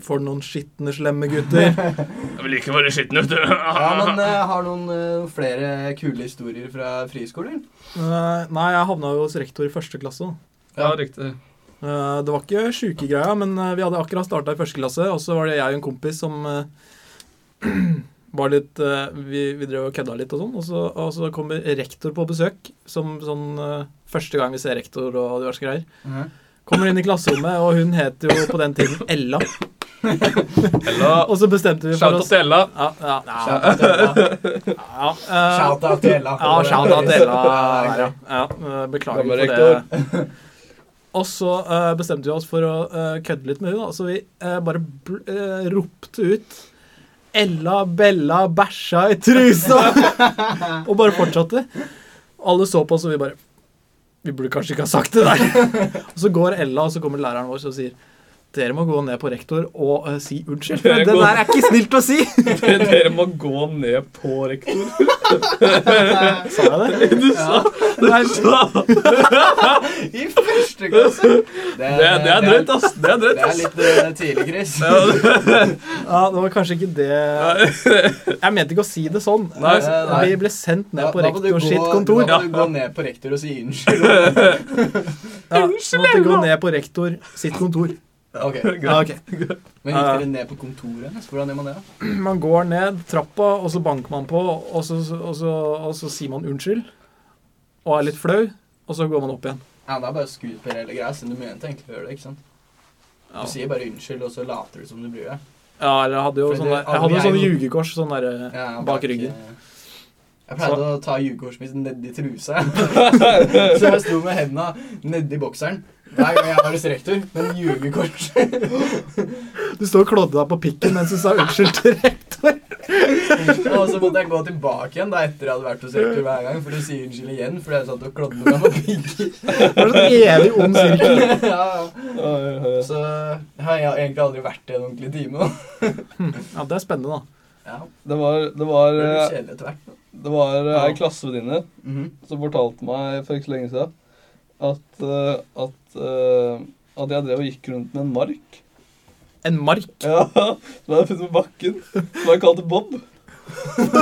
For noen skitne, slemme gutter. Jeg vil ikke være skitten, vet ja du. men eh, har noen eh, flere kule historier fra friskoler? Eh, Nei, jeg havna jo hos rektor i første klasse. da. Ja, riktig. Eh, Det var ikke sjuke greia, men eh, vi hadde akkurat starta i første klasse, og så var det jeg og en kompis som eh, var litt eh, Vi, vi drev og kødda litt og sånn, og så, og så kommer rektor på besøk som sånn eh, Første gang vi ser rektor og diverse greier. Mhm. Kommer inn i klasserommet, og hun het jo på den tiden Ella. Ella. Og så bestemte vi for Shout oss out til Ella. ja, ja, ja, Shout-out til ja, Ella. eh, Shout-out til Ella. Ja, shout-out til Ella. Ja, der, ja. Ja, ja, beklager Gammel for det. Og så eh, bestemte vi oss for å eh, kødde litt med henne, da. Så vi eh, bare bl eh, ropte ut Ella Bella bæsja i trusa! og bare fortsatte. Alle så på oss, og vi bare Vi burde kanskje ikke ha sagt det der. og så går Ella, og så kommer læreren vår og sier dere må gå ned på rektor og eh, si unnskyld. Dere Det der går- er ikke snilt å si! Dere må gå ned på rektor. Sa jeg det? Du sa Nei, I første klasse! Det, Det, Eh, det er drøyt, ass. Det er drøyt, Det er ass. litt eh, tidlig, Chris. ja, det var kanskje ikke det Jeg mente ikke å si det sånn. Nei, Eh, nei. Vi ble sendt ned Da- på da må du rektor gå- sitt kontor. Da Ja, må du gå ned på rektor og si unnskyld. så måtte gå ned på rektor sitt kontor. Ok, Ja, ok. Men gikk dere ned på kontoret? hennes? Hvordan gjør man det? da? Man går ned trappa, og så banker man på, og så, og så, og så sier man unnskyld. Og er litt flau, og så går man opp igjen. Ja, det er bare skuespill hele greia, siden du mente egentlig å gjøre det. ikke sant? Ja, Du sier bare unnskyld, og så later du som du bryr deg. ja eller jeg hadde jo For det- sånn der- Jeg alle hadde jo jeg- sånn ljugekors sånn der eh, Ja, bak ryggen. eh, Jeg pleide å ta jugekorset mitt nedi trusa. så jeg sto med henda nedi bokseren hver gang jeg var hos rektor. Men jugekorset Du står og klådde deg på pikken mens du sa unnskyld til rektor. Og så måtte jeg gå tilbake igjen da etter jeg hadde vært hos rektor hver gang, for å si unnskyld igjen. Fordi jeg satt og klodde meg på pigger. Det var sånn evig ond sirkel. ja, ja. Så har jeg egentlig aldri vært i en ordentlig time. da. Ja, det er spennende, da. Ja, Det var, det var, det blir eh, kjedelig etter hvert. da. det var eh, Ja. ei klassevenninne Mm-hmm. Mhm. som fortalte meg for ikke så lenge siden at, eh, at, eh, at jeg drev og gikk rundt med en mark. En mark. liksom Ja, Som jeg hadde funnet på bakken. Som jeg kalte Bob.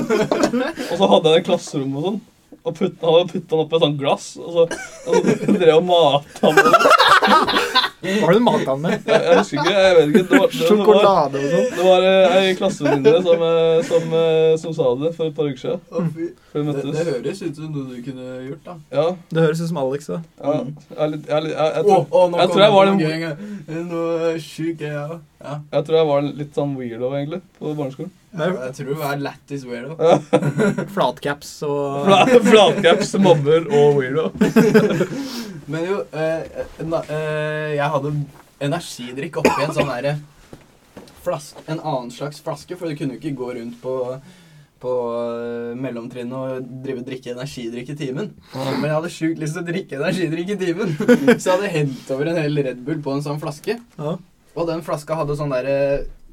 Og så hadde jeg det i klasserommet og sånn. Og putt, han hadde putta den oppi et sånt glass, og så, og så drev jeg og mata han med det. Hva har du malt han med? Jeg, jeg husker ikke, jeg vet ikke. Det var, det, det var, Sjokolade og sånn? det var eh, ei klassevenninne som, eh, som, eh, som sa det for et par uker siden. Å, fy. Før vi Det, det møttes. høres ut som noe du kunne gjort, da. Ja, Det høres ut som Alex, da. ja, jeg, er litt- jeg, er litt- jeg, jeg, Å, tror- å, nå jeg kom tror jeg det var noe den- gøy en gang. Noe sjukt gøy, ja. ja. jeg tror jeg var litt sånn weirdo, egentlig, på barneskolen. Det er Jeg tror du er lættis weirdo. Flatcaps og Fla- Flatcaps, mobber og weirdo. Men jo, eh, na, eh, jeg hadde energidrikk oppi en sånn derre flaske En annen slags flaske, for du kunne jo ikke gå rundt på på eh, mellomtrinnet og drive og drikke energidrikk i timen. Men jeg hadde sjukt lyst til å drikke energidrikk i timen, så jeg hadde hentet over en hel Red Bull på en sånn flaske. Ja. Og den flaska hadde sånn derre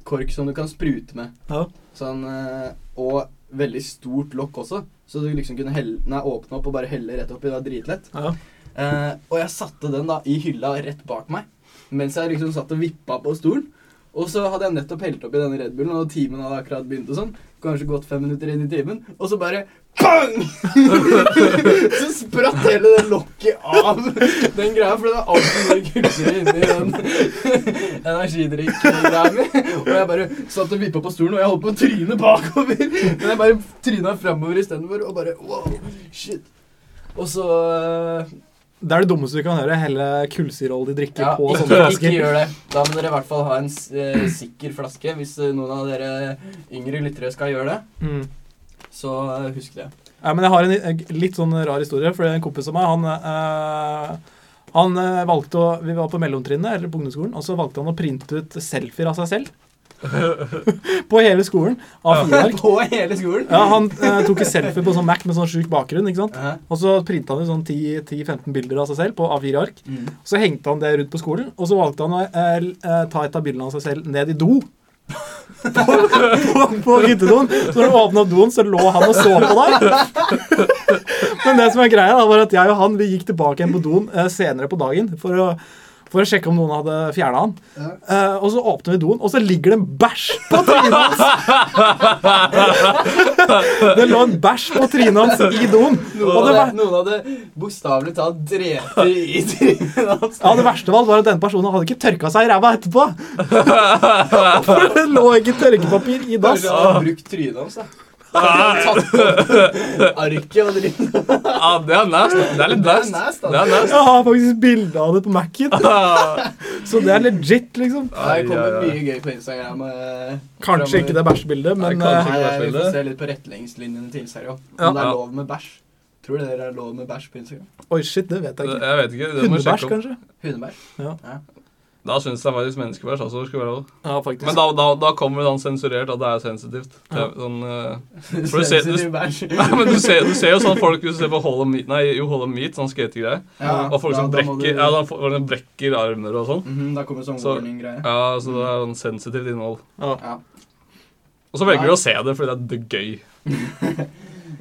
kork som du kan sprute med. Ja. Sånn, eh, og veldig stort lokk også, så du liksom kunne helle, nei, åpne opp og bare helle rett oppi. Det var dritlett. Ja. Eh, og jeg satte den da i hylla rett bak meg, mens jeg liksom satt og vippa på stolen. Og så hadde jeg nettopp helt oppi denne Red Bullen, og timen hadde akkurat begynt og sånn. Kanskje gått fem minutter inn i timen, og så bare bang! så spratt hele det lokket av den greia, for det er alltid mye kulser inni den energidrikk-greia mi. Og jeg bare satt og vippa på stolen, og jeg holdt på å tryne bakover. Men jeg bare tryna framover istedenfor, og bare wow, shit. Og så eh, Det er det dummeste du kan gjøre. Helle kullsirolje de drikker på ikke, sånne flasker. Ikke gjør det. Da må dere i hvert fall ha en s- eh, sikker flaske. Hvis eh, noen av dere eh, yngre lyttere skal gjøre det, Mm. så eh, husk det. Ja, men jeg har en eh, litt sånn rar historie, for en kompis av meg, han eh, han eh, valgte å, Vi var på mellomtrinnet, eller på ungdomsskolen, og så valgte han å printe ut selfier av seg selv. på hele skolen. Av fire ark. På hele skolen. Ja, han eh, tok en selfie på sånn Mac med sånn sjuk bakgrunn. ikke sant? Hæ? Og så printa han ut sånn 10 10-15 bilder av seg selv på A4-ark. Mm. Så hengte han det rundt på skolen, og så valgte han å eh, l- eh, ta et av bildene av seg selv ned i do. på, på, på guttedoen. Så når du åpna opp doen, så lå han og så på deg. Men det som er greia, da, var at jeg og han vi gikk tilbake igjen på doen eh, senere på dagen for å, for å sjekke om noen hadde fjerna han. Eh, og så åpner vi doen, og så ligger det en bæsj på trynet hans! det lå en bæsj på trynet hans i doen. Noen, Og det var, hadde, noen hadde bokstavelig talt drept i trynet hans. Ja, Det verste av alt var at denne personen hadde ikke tørka seg i ræva etterpå. For det lå ikke tørkepapir i dass. Kanskje sånn han hadde brukt trynet hans, da. Kanskje han hadde Tatt opp arket og dritt. Ja, det er nasty. Det er litt Det er altså. nasty. nasty, Det er nasty. Jeg har faktisk bilde av det på Mac-en, så det er legit, liksom. Det kommer Ai, ai, ai. mye gøy på Instagram. eh, Kanskje ikke det fremover. bæsjebildet, men Nei, kanskje. eh, Nei, jeg, vi Bæsjbildet. får se litt på retningslinjene til Instagram. Om Ja. det er Ja. lov med bæsj. Tror dere det er lov med bæsj på Instagram? Oi, shit, det vet jeg altså. ikke. Jeg vet ikke. Det må jeg Hundebæsj, sjekke opp. kanskje? Hundebæsj? Da syns jeg faktisk menneskebæsj også skulle være lov. Ja, faktisk. Men da, da, da kommer det sånn sensurert at det er sensitivt. Det er Sånn, eh, For du ser- du- Sensitiv bæsj. Nei, men du ser, du ser jo sånn folk hvis du ser på Hall of Meat, nei, jo, Hall of Meat, sånn skategreier. Ja, Og folk da- som da må brekker, du- ja, da får- de brekker armer og sånn. Mhm, da kommer sånn Så- warning-greie. Ja, så det er sånn sensitivt innhold. Ja. Og så velger du å se det fordi det er gøy.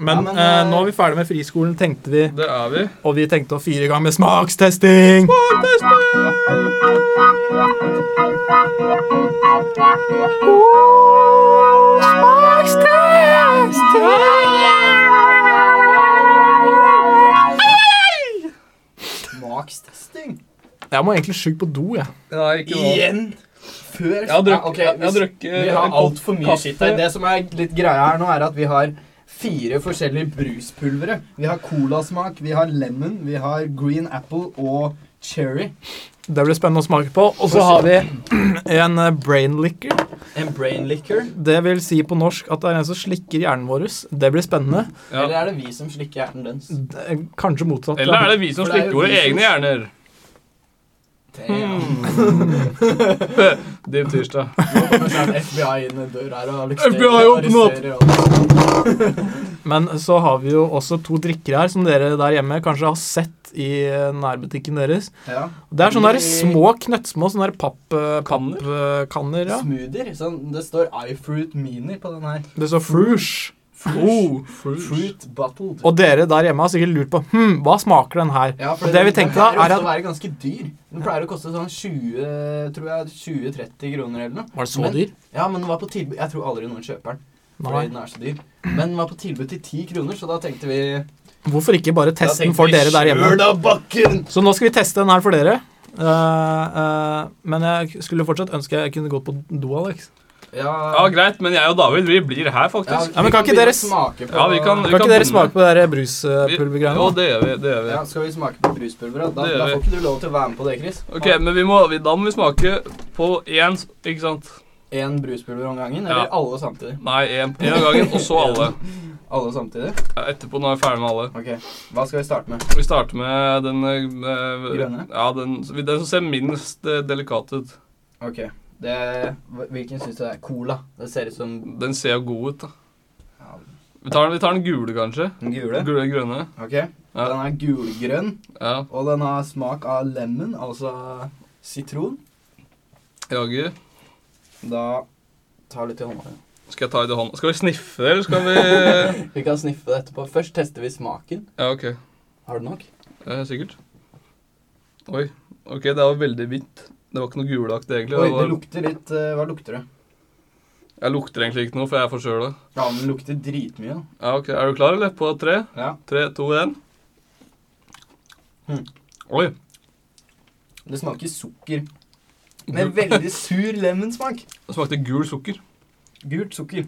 Men Ja, men, eh, eh, nå er vi ferdig med friskolen, tenkte vi. Det er vi. Og vi tenkte å fire i gang med smakstesting. Smakstesting. Jeg må egentlig sjukt på do, jeg. Nei, ikke nå. Igjen? Før Jeg har drukket, Ja, ok, jeg, jeg har hvis- drukket Vi en har kopp altfor mye kaffe. skitt her. Det som er litt greia her nå, er at vi har fire forskjellige bruspulvere. Vi har colasmak, vi har lemon, vi har green apple og cherry. Det blir spennende å smake på. Og så har vi en eh, brain liquor. En brain liquor. Det vil si på norsk at det er en som slikker hjernen vår. Det blir spennende. Ja. Eller er det vi som slikker hjernen dens? Det er Kanskje motsatt. Eller er det vi som For det er jo slikker våre vi som- egne hjerner? Det er- Dyp tirsdag. Nå kommer snart FBI inn en dør her og arresterer- FBI, åpne opp! arresterer alle. Men så har vi jo også to drikker her som dere der hjemme kanskje har sett i eh, nærbutikken deres. Ja. Det er sånne der små, knøttsmå sånne der papp, eh, Kanner? pappkanner. Ja. Smoothier. Sånn, det står iFruit Mini på den her. Det står Fruish. Oh, fruit. Fruit bottled. Og dere der hjemme har sikkert lurt på hm, hva smaker den her. Ja, for Og det vi den tenkte da, pleier er ofte at- å være ganske dyr. Den pleier å koste sånn 20, tror jeg, 20-30 kroner eller noe. Var det så Men- dyr? Ja, men den var på tilbud. Jeg tror aldri noen kjøper den. Nei. fordi den er så dyr. Men den var på tilbud til 10 kroner, så da tenkte vi Hvorfor ikke bare da teste den tenkte for vi, dere der hjemme? Kjør da, bakken! Så nå skal vi teste den her for dere. Eh, eh, men jeg skulle fortsatt ønske jeg kunne gått på do, Alex. Ja, Ja, greit, men jeg og David vi blir her, faktisk. Ja, men kan ikke begynne dere å s- smake på Ja, vi kan- Kan ikke dere bomme. smake på det der Vi- Jo, bruspulvergreiene? da? det gjør vi. det gjør vi. Ja, skal vi smake på bruspulver? Da, da, Det gjør da vi. får ikke du lov til å være med på det, Chris. Ok, men vi må, vi, da må vi smake på én, ikke sant? Én bruspulver om gangen, eller Ja. alle samtidig? Nei, én av gangen, og så alle. Alle samtidig? Ja, Etterpå når vi er ferdig med alle. Ok, hva skal vi starte med? Vi starter med den eh, eh, Grønne? Ja, den, den som ser minst eh, delikat ut. Ok, det, Hvilken syns du det er? Cola. Det ser ut som Den ser jo god ut, da. ja, Vi tar, den- vi tar den gule, kanskje. den gule. Gule, grønne. Ok, Den er gulgrønn, Ja. og den har smak av lemon, altså sitron. Jager. Da tar litt i hånda. Skal jeg ta i hånda? Skal vi sniffe, eller skal vi Vi kan sniffe det etterpå. Først tester vi smaken. Ja, OK. Har du nok? Det er sikkert. Oi. OK, det var veldig hvitt. Det var ikke noe gulaktig, egentlig. Oi, det var, lukter litt eh, Hva lukter det? jeg lukter egentlig ikke noe, for jeg er forkjøla. Ja, men det lukter dritmye. da. Ja, ok. Er du klar, eller? På tre? Ja. Tre, to, én. Mm. Oi. Det smaker sukker. Med veldig sur lemonsmak. Det smakte gul sukker. Gult sukker.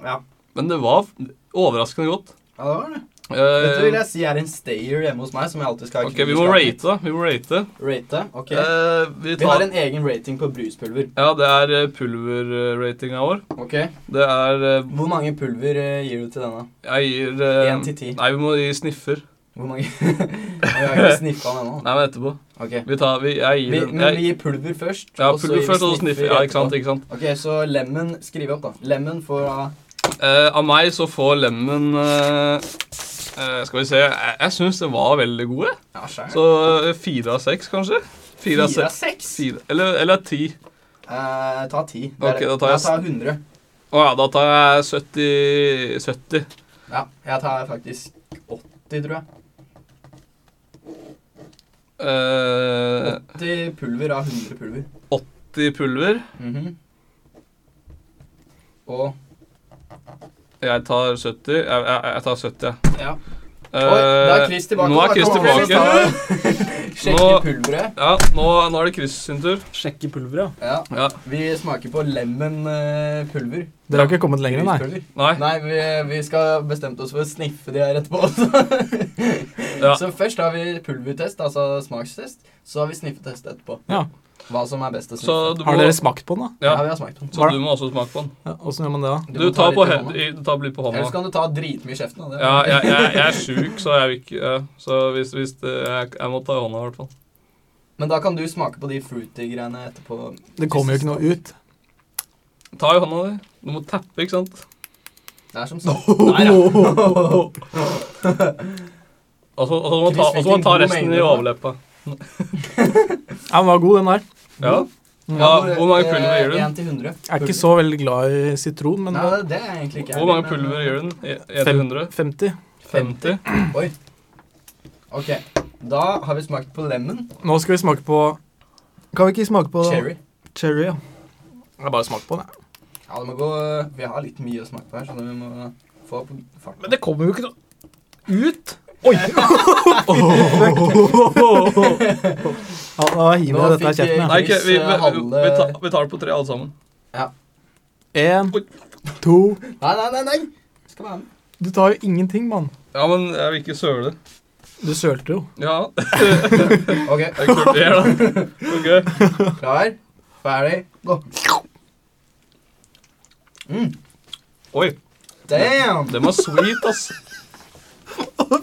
Ja, Men det var f- overraskende godt. ja det var det. Eh, Dette vil jeg si er en stayer hjemme hos meg, som jeg alltid skal ha ok, vi må kjøleskapet. rate, da. Vi må rate. Rate, ok. Eh, vi Vi har tar en egen rating på bruspulver. Ja, det er eh, pulverratinga vår. Ok, Det er eh, Hvor mange pulver eh, gir du til denne? Jeg gir eh, Én til ti. Nei, vi må gi sniffer. Hvor mange? jeg har ikke sniffa den ennå. Nei, men etterpå. Ok. Vi tar vi, Jeg Vi, gir men jeg, vi gir pulver først. Ja, og så pulver gir vi først, og så sniffer. Ja, ikke sant. etterpå. ikke sant. Ok, så lemon Skriv opp, da. Lemon får da Eh, av meg så får lemen eh, eh, Skal vi se Jeg, jeg syns den var veldig god, jeg. Ja, skjær. Så eh, fire av seks, kanskje? Fire av Fire av seks. seks? Fire. Eller, eller ti. Eh, ta ti. Det Ok, er- da tar jeg s- jeg tar 100. Å ja, da tar jeg 70 70. Ja, jeg tar faktisk 80, tror jeg. Eh, 80 pulver av 100 pulver. 80 pulver. Mhm. Og Jeg tar 70. Jeg, jeg, jeg tar 70, jeg. Ja. Eh, Oi, da er Chris tilbake. Nå er Chris tilbake. Sjekke Nå- pulveret. Ja, nå, nå er det Chris sin tur. Sjekke pulveret. Ja. Ja. Vi smaker på lemon eh, pulver. Dere har ikke kommet lenger, nei. Pulver. Nei. Nei, vi, vi skal bestemt oss for å sniffe de her etterpå også. Ja. Så først har vi pulvertest, altså smakstest. Så har vi sniffetest etterpå. Ja. Hva som er best å Så sniffe. du må, Har dere smakt på den, da? Ja, ja, vi har smakt på den. så du må også smake på den. Ja, Åssen gjør man det, da? Du må ta tar, litt på i hen- hånda. i- du tar blir på Ellers hånda. kan du ta dritmye i kjeften. da. Det er- Ja, jeg, jeg, jeg er sjuk, så jeg vil ikke ja. Så hvis, hvis det, jeg, jeg må ta i hånda, i hvert fall. Men da kan du smake på de fruity-greiene etterpå. Det kommer jo ikke noe ut. Ta i hånda di. Du må tappe, ikke sant? Det er som salt. Der, ja. Og så og så må Altså, man ta, og Chris fikk så må en man ta god resten mengde, i da. overleppa. Ja, den var god, den der. Ja. Mm. ja. Hvor mange pulver gir du den? 1 Eh, til 100. Jeg er ikke så veldig glad i sitron, men Nei, det er egentlig ikke jeg, Hvor mange men- pulver gjør den? E- 1 til fem- 100? 50. 50? Oi. Ok, da har vi smakt på lemon. Nå skal vi smake på Kan vi ikke smake på Cherry. Cherry, ja. Jeg har bare smakt på den, jeg. Ja, det må gå Vi har litt mye å smake på her, så vi må få opp farten. Men det kommer jo ikke noe ut. Oi! ja, da hiver jeg Nå dette i fikk jeg- kjeften. Nei, ikke, vi, Hvis, eh, vi, alle- vi, tar, vi tar det på tre, alle sammen. Én, to Nei, nei, nei! nei. Skal være med. Du tar jo ingenting, mann. Ja, men jeg vil ikke søle. Du sølte jo. Ja, det Ok, er kult det gjør, da. Ok. klar, ferdig, gå. Mm. Oi, Damn! den var sweet, ass.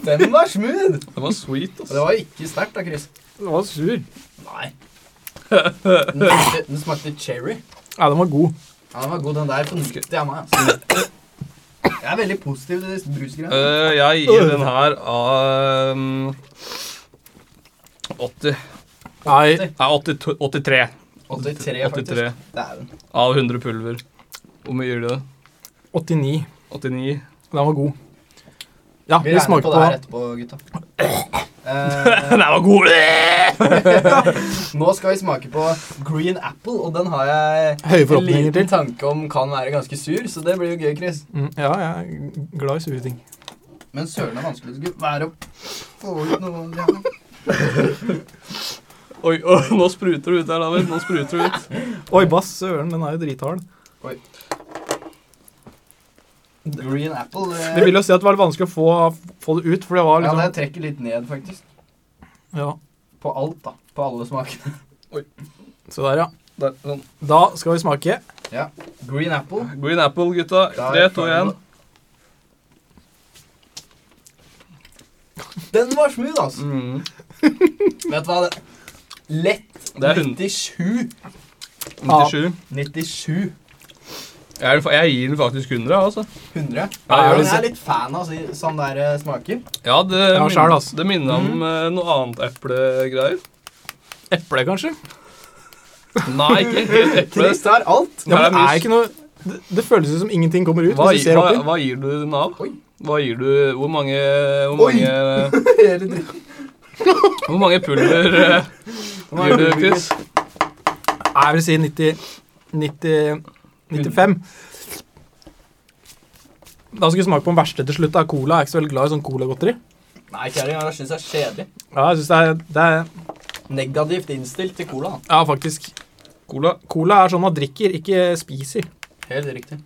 Den var smooth! Den var sweet, ass. Det var ikke sterkt da, Chris. Du var sur. Nei. Den smakte, den smakte cherry. Ja, den var god. Ja, den var god, den der. Fornuftig av meg. Altså. Jeg er veldig positiv til disse brusgreiene. Eh, jeg gir den her av um, 80 Nei, Nei, 82 83. 83, faktisk. 83 Dæven. av 100 pulver. Hvor mye gir du det? 89. 89? Den var god. Ja, Vi Ah, vi regner på smaker det her på etterpå, gutta. Eh, Den her var god! Nå skal vi smake på green apple, og den har jeg Høye en forhåpninger liten til. tanke om kan være ganske sur, så det blir jo gøy, Chris. Mm, ja, jeg er glad i sure ting. Men søren er vanskelig det skulle være å få ut noe ja. Oi, oi, nå spruter det ut her, David. Nå spruter det ut. Oi, bass søren, den er jo drithard. Green apple. Det, Det vil jo si at det var litt vanskelig å få, få det ut, for det var ja, det liksom trekker litt ned, faktisk. Ja, På alt, da. På alle smakene. Se der, ja. Der, sånn. Da skal vi smake. Ja. Green apple. Green apple, gutta. Da er Tre, det to, én. ferdig. Den var smooth, altså. Mm. Vet du hva? det- Lett Det er 100. 97. 97. 97. Jeg, er- jeg gir den faktisk 100, altså. 100. Ja, jeg Ja, gjør men det. jeg er litt fan av sånn- sånn der eh, smaker. Ja, det, Ja, min- skjær, altså. det minner om eh, noe annet eplegreier. Eple, kanskje? Nei, ikke helt eple. Chris tar alt. Ja, men det Nei, er ikke noe det, det føles ut som ingenting kommer ut Hva, hvis du gir- ser hva, oppi. hva gir du den av? Oi. Hva gir du Hvor mange Hvor Oi. mange, eh, Hele dritten. hvor mange pulver eh, gir du, Chris? Nei, Jeg vil si 90, 90 95. Da skal vi smake på den verste til slutt. da. Cola. Jeg er ikke så veldig glad i sånn colagodteri. Nei, kjæring, jeg syns det er kjedelig. Ja, jeg synes det er, det er Negativt innstilt til cola. da. Ja, faktisk. Cola. Cola er sånn man drikker, ikke spiser. Helt riktig.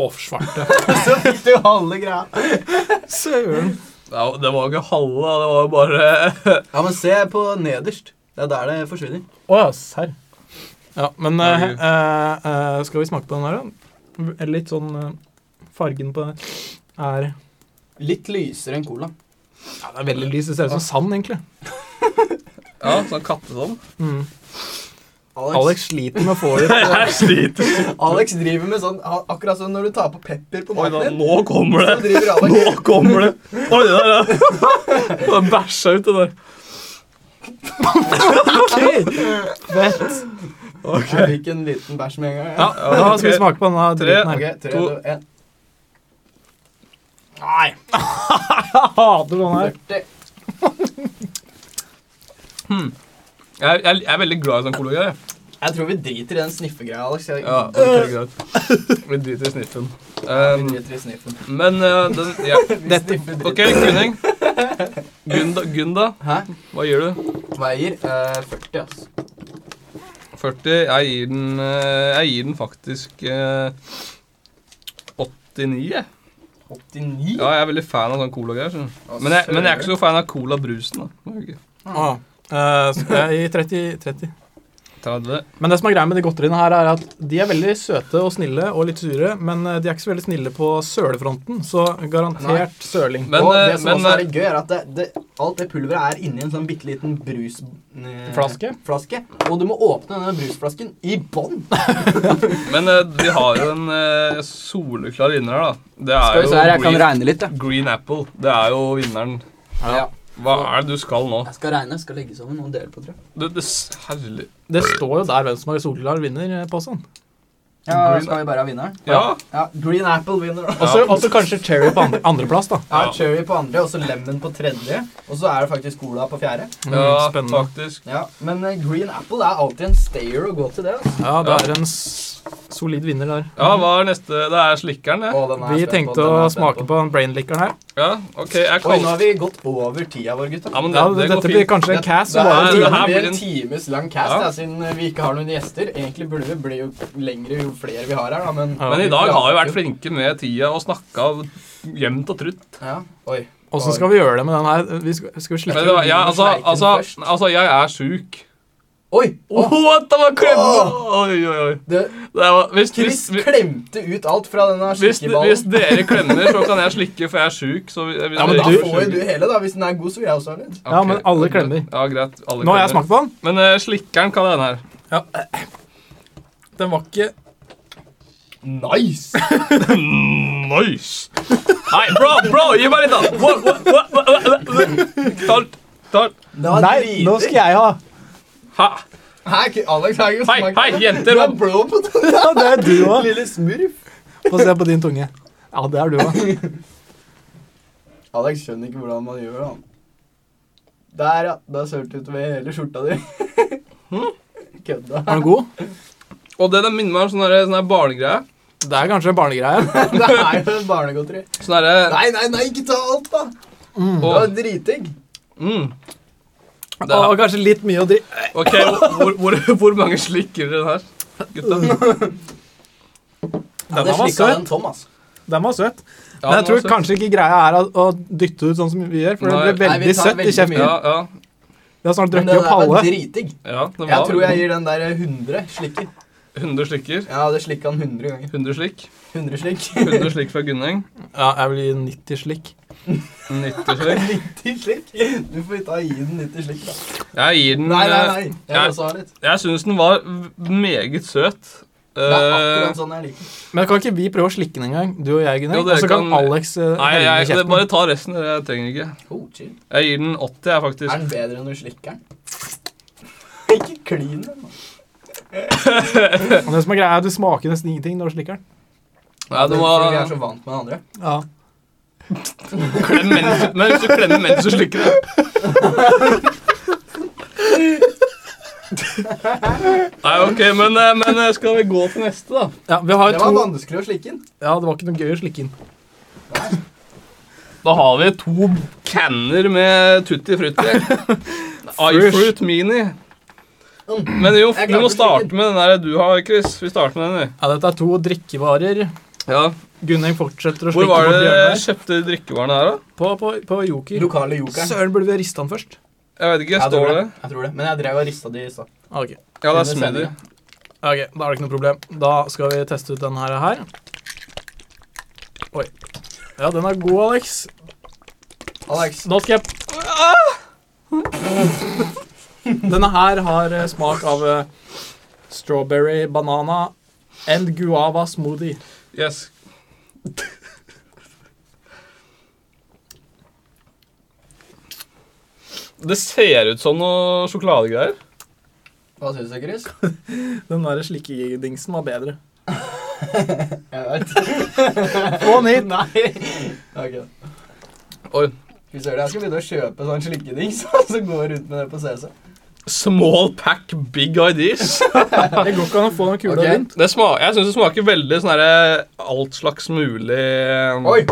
Å, svarte. Så fikk du halve greia. Søren. Ja, det var jo ikke halve, da. det var jo bare Ja, men se på nederst. Det er der det forsvinner. Å ja, serr. Ja, men eh, Herregud. eh, eh, skal vi smake på den her, da? Eller Litt sånn eh, Fargen på den er Litt lysere enn cola. Ja, det er veldig lys. Det ser ut som sand, egentlig. Ja, sånn kattesand. Mm. Alex, Alex. Alex sliter med å få ut Jeg sliter. driver med sånn han- Akkurat sånn når du tar på pepper på Oi da, maten din. nå kommer Så det! driver Alex Nå kommer det! Oi, der, ja. Det bæsja ut, det der. Ok, Fett. Jeg fikk en liten bæsj med en gang. jeg. Ja, da skal vi smake på denne Tre. driten her. Ok, tre, To. to, en. Jeg hater den her. 40. Jeg, jeg, jeg er veldig glad i sånn kologreier. Jeg tror vi driter i den sniffegreia, Alex. Jeg, Ja, det er greit. Vi driter i sniffen. vi Um, driter i sniffen. men eh, den, ja. Dette OK, Gunning. Gunda, Gunda, Hæ? hva gir du? Veier eh, 40, ass. 40. Jeg gir den, eh, jeg gir den faktisk eh, 89. jeg. 89? Ja, jeg er veldig fan av sånn colagreier. skjønner du. Men, jeg- men jeg er ikke så fan av cola-brusen. da. Det er jo ikke- Ah, eh, så jeg gir 30. 30. 30. Men det som er greia med de godteriene her, er at de er veldig søte og snille og litt sure, men eh, de er ikke så veldig snille på sølefronten, så Nei. garantert søling. Men, og det eh, som men også er eh, litt gøy, er at det, det, alt det pulveret er inni en sånn bitte liten brusflaske. Flaske? Flaske, og du må åpne denne brusflasken i bånn. men eh, vi har jo en eh, soleklar vinner her, da. Det er Skal vi se her, jeg kan green, regne litt, jeg. green Apple. Det er jo vinneren. Ja. Hva er det du skal nå? Jeg skal regne, skal legge sammen og dele på, tror jeg. Det, det, s- herlig. Det står jo der hvem som er soleklar vinner, eh, påstånd. Ja, Green- skal vi bare ha vinneren? Ja. Ja, Green apple vinner. da. Og så og så kanskje Cherry på andre, andreplass, da. Ja, Ja. Cherry på andre, og så lemon på tredje. Og så er det faktisk cola på fjerde. Mm, Ja, spennende. faktisk. Ja, Men eh, green apple er alltid en stayer å gå til, det. altså. Ja, det er en s solid vinner der. Ja, hva er neste? Det er slikkeren, det. Å, den er Vi jeg spent tenkte den er å jeg spent smake på den brainlickeren her. Ja, OK, jeg Oi, nå kaller har vi gått over tida vår, gutta. Ja, men det, Ja, det går dette blir fint. kanskje en cast. det, som var her, jo- det det her blir blir en en- times lang cast, Ja. ja. siden vi ikke har noen gjester. Egentlig burde vi bli jo lengre jo flere vi har her, da, men Ja. Men i dag har vi vært flinke med tida og snakka jevnt og trutt. Ja, oi. Åssen skal vi gjøre det med den her? Vi skal, skal vi Men slikke det var, ja, altså, Sleiken først. altså, altså, jeg er sjuk. Oi! Åh, det var klemme! Oi, oi, oi. Det, Det var, hvis, Chris hvis, hvis, klemte ut alt fra denne hvis, hvis skikkeballen. dere klemmer, så kan jeg slikke, for jeg er sjuk. Så vi- hvis Ja, men dere Da du- er får jo sjuke- du hele, da. Hvis den er god, så vil jeg også ha litt. Ja, men Ok, alle det er klemmer. greit. Ja, greit. Alle Nå har klemmer. jeg smakt på den. Men eh, slikkeren kan den her. Den var ikke Nice! Nice! Nei, bro, bro, gi meg litt, da! Wha- wha- wha- wha- wha- wha- Tar, tar. Det var Nei, nå skal jeg ha. Ha. Hei, Alex har jo Hei, smakt hei, Du jenter! er blå på den Ja, det er du òg. lille smurf. Få se på din tunge. Ja, det er du òg. Alex skjønner ikke hvordan man gjør det. han. Der, ja. Da sølte du utover hele skjorta di. Hm? Kødda. Er den god? Og det den minner meg om sånn her- sånn her barnegreie. Det er kanskje en barnegreie. Det er jo en barnegodteri. Sånn herre Nei, nei, nei, ikke ta alt, da! Det og- var dritdigg. mm. Det Og er, kanskje litt mye å drikke. OK, hvor, hvor, hvor mange slikker den her, gutta? Den Det var slikka søt. den Tom, altså. Den var søt. Ja, Men jeg den tror var søt. kanskje ikke greia er å- å dytte ut sånn som vi gjør, for Nei. det ble Nei, vi veldig tar søtt i veldig kjeften. Ja, ja. Vi har snart Men drukket den opp der var halve. dritdigg. ja den var Jeg tror jeg gir den der 100 slikker. 100 stykker. Ja, det slikka den 100 ganger. 100 slikk. 100 slikk. 100 slikk fra Gunneng. Ja, jeg vil gi 90 slikk. 90 slikk. 90 slikk? Du får ta gi den 90 slikk, da. Jeg gir den Nei, nei, eh, nei. Jeg jeg- vil også ha litt. Jeg syns den var v- meget søt. Det er Eh, akkurat sånn jeg liker. Men kan ikke vi prøve å slikke den en gang, du og jeg, Gunnar? Jo, Og dere så kan kan- Alex eh, nei, helle i jeg, det, kjeften. bare ta resten. dere. Jeg trenger ikke. Oh, chill. Jeg gir den 80, jeg, Er faktisk. den bedre enn du slikker den? Ikke klin den. da. Og det som er greia, er at du smaker nesten ingenting når du slikker den. Nei, Det den er var, fordi jeg er så vant med den andre. Ja. klem mens, men hvis du klemmer mens du slikker den Nei, ok, men, eh, men eh, skal vi gå til neste, da? ja, vi har Det to var vanskelig å slikke den. Ja, det var ikke noe gøy å slikke inn. Da har vi to canner med Tutti Frutti. iFruit Mini. Men jo, Jeg vi må klarte å slikke starte med den der du har, Chris. Vi starter med den, Ja, dette er to drikkevarer. vi. Ja. Gunneng fortsetter å Hvor slikke var bort det dere hjørnet. kjøpte drikkevarene her, da? På, på, på Joker. Lokale jokeren. Søren, burde vi ha rista den først? Jeg vet ikke. Jeg tror Står det? det. Jeg tror det. Men jeg drev og rista de i stad. Ok, Ja, det Under er smoothie. sendingen. ok, Da er det ikke noe problem. Da skal vi teste ut den her. her. Oi. Ja, den er god, Alex. Alex, Nå skal jeg Ah! Denne her har eh, smak av eh, strawberry, banana and guava smoothie. Yes. Det ser ut som noe sjokoladegreier. hva syns du, Chris? Den der slikkedingsen var bedre. Jeg vet. Få den hit! Nei. Ok. Oi. Fy søren, jeg skal begynne å kjøpe sånn slikkedings og så gå rundt med det på CC. Small pack big ideas. Det går ikke an å få den kula Ok. rundt. Det sma- jeg syns det smaker veldig sånn herre alt slags mulig Oi!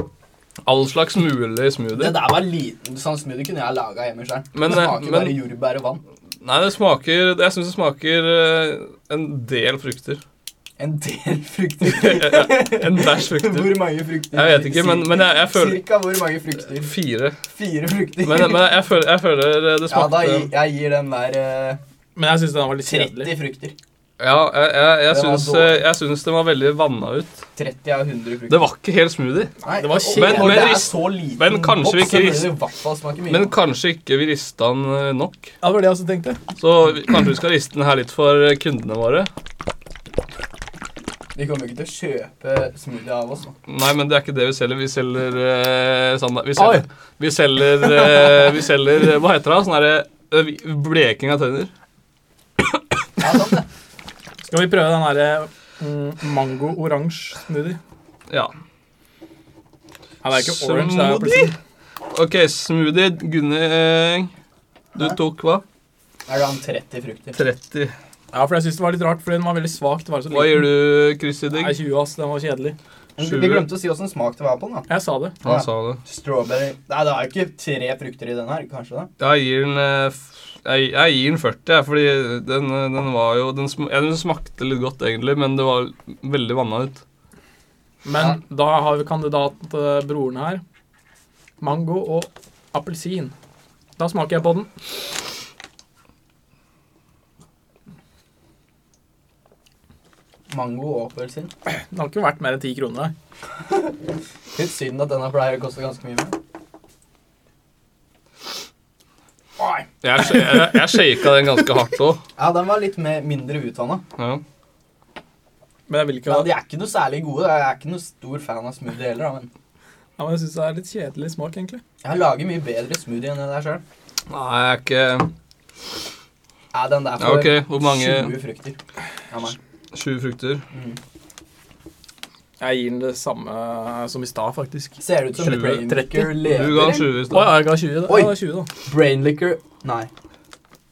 All slags mulig Det smoothie. der var liten sånn smoothie kunne jeg laga hjemme sjøl. Det Men, eh, smaker men- bare jordbær og vann. Nei, det smaker Jeg syns det smaker eh, en del frukter. En del frukter. en bæsj frukter. Hvor mange frukter? Jeg vet ikke, men- men jeg- jeg føler- Cirka hvor mange frukter? Fire. Fire frukter. Men, men jeg, føler, jeg føler eh, det ja, da smakte gir, jeg gir den der eh, Men jeg syns den var litt kjedelig. 30 frukter. Ja, jeg, jeg, jeg, Den var syns, eh, dårlig. jeg syns den var veldig vanna ut. 30 av 100 frukter. Det var ikke helt smoothie. Nei, Det var og- kjedelig. og Men- det er men- så liten men kanskje boks, vi ikke så blir ris- det i hvert fall smake mye. Men kanskje ikke vi rista den eh, nok. Ja, det var det jeg også tenkte. Så vi, kanskje vi skal riste den her litt for eh, kundene våre. De kommer jo ikke til å kjøpe smoothie av oss. nå. Nei, men det er ikke det vi selger. Vi selger eh, sånn Vi Oi. selger, vi selger, eh, vi selger eh, Hva heter det? Sånn herre eh, vi- Bleking av tenner. Ja, sant det. Skal vi prøve den derre mm, mango-oransje smoothie? Ja. Nei, det er ikke orange, det er Smoothie? appelsin. OK, smoothie. Gunnhild, du tok hva? Er det han 30 frukter? 30. Ja, for jeg syns det var litt rart, fordi den var veldig svak. Det var så Hva gir liten. du, Chris i Nei, digg? 20, ass. Den var kjedelig. Vi glemte å si åssen smak det var på den. da. Jeg sa det. Han sa det. Strawberry Nei, det er jo ikke tre frukter i den her, kanskje? da? Jeg gir den eh, f- jeg, jeg gir den 40, jeg, fordi den, eh, den var jo den, sm- jeg, den smakte litt godt, egentlig, men det var veldig vanna ut. Men da har vi kandidatbroren her. Mango og appelsin. Da smaker jeg på den. Mango og appelsin. Den har ikke vært mer enn 10 kroner. nei. Litt synd at denne pleier å koste ganske mye mer. Oi. Jeg, sh- jeg, jeg shaka den ganske hardt òg. Ja, den var litt mer, mindre utvanna. Ja. Men jeg vil ikke ha Ja, de er ikke noe særlig gode. Jeg er ikke noe stor fan av smoothie heller, da, men Ja, men jeg syns det er litt kjedelig smak, egentlig. jeg lager mye bedre smoothie enn det der sjøl. Nei, jeg er ikke Ja, den der Ja, får OK, hvor mange 20 frukter. Ja, nei. 20 frukter. Mm. Jeg gir den det samme eh, som i stad, faktisk. Ser ut som 20, 30. Brainlicker Du ga lever. en 20 i Å stad. ja, jeg ga 20, da. Oi. Jeg ga 20, da. Brainlicker Nei.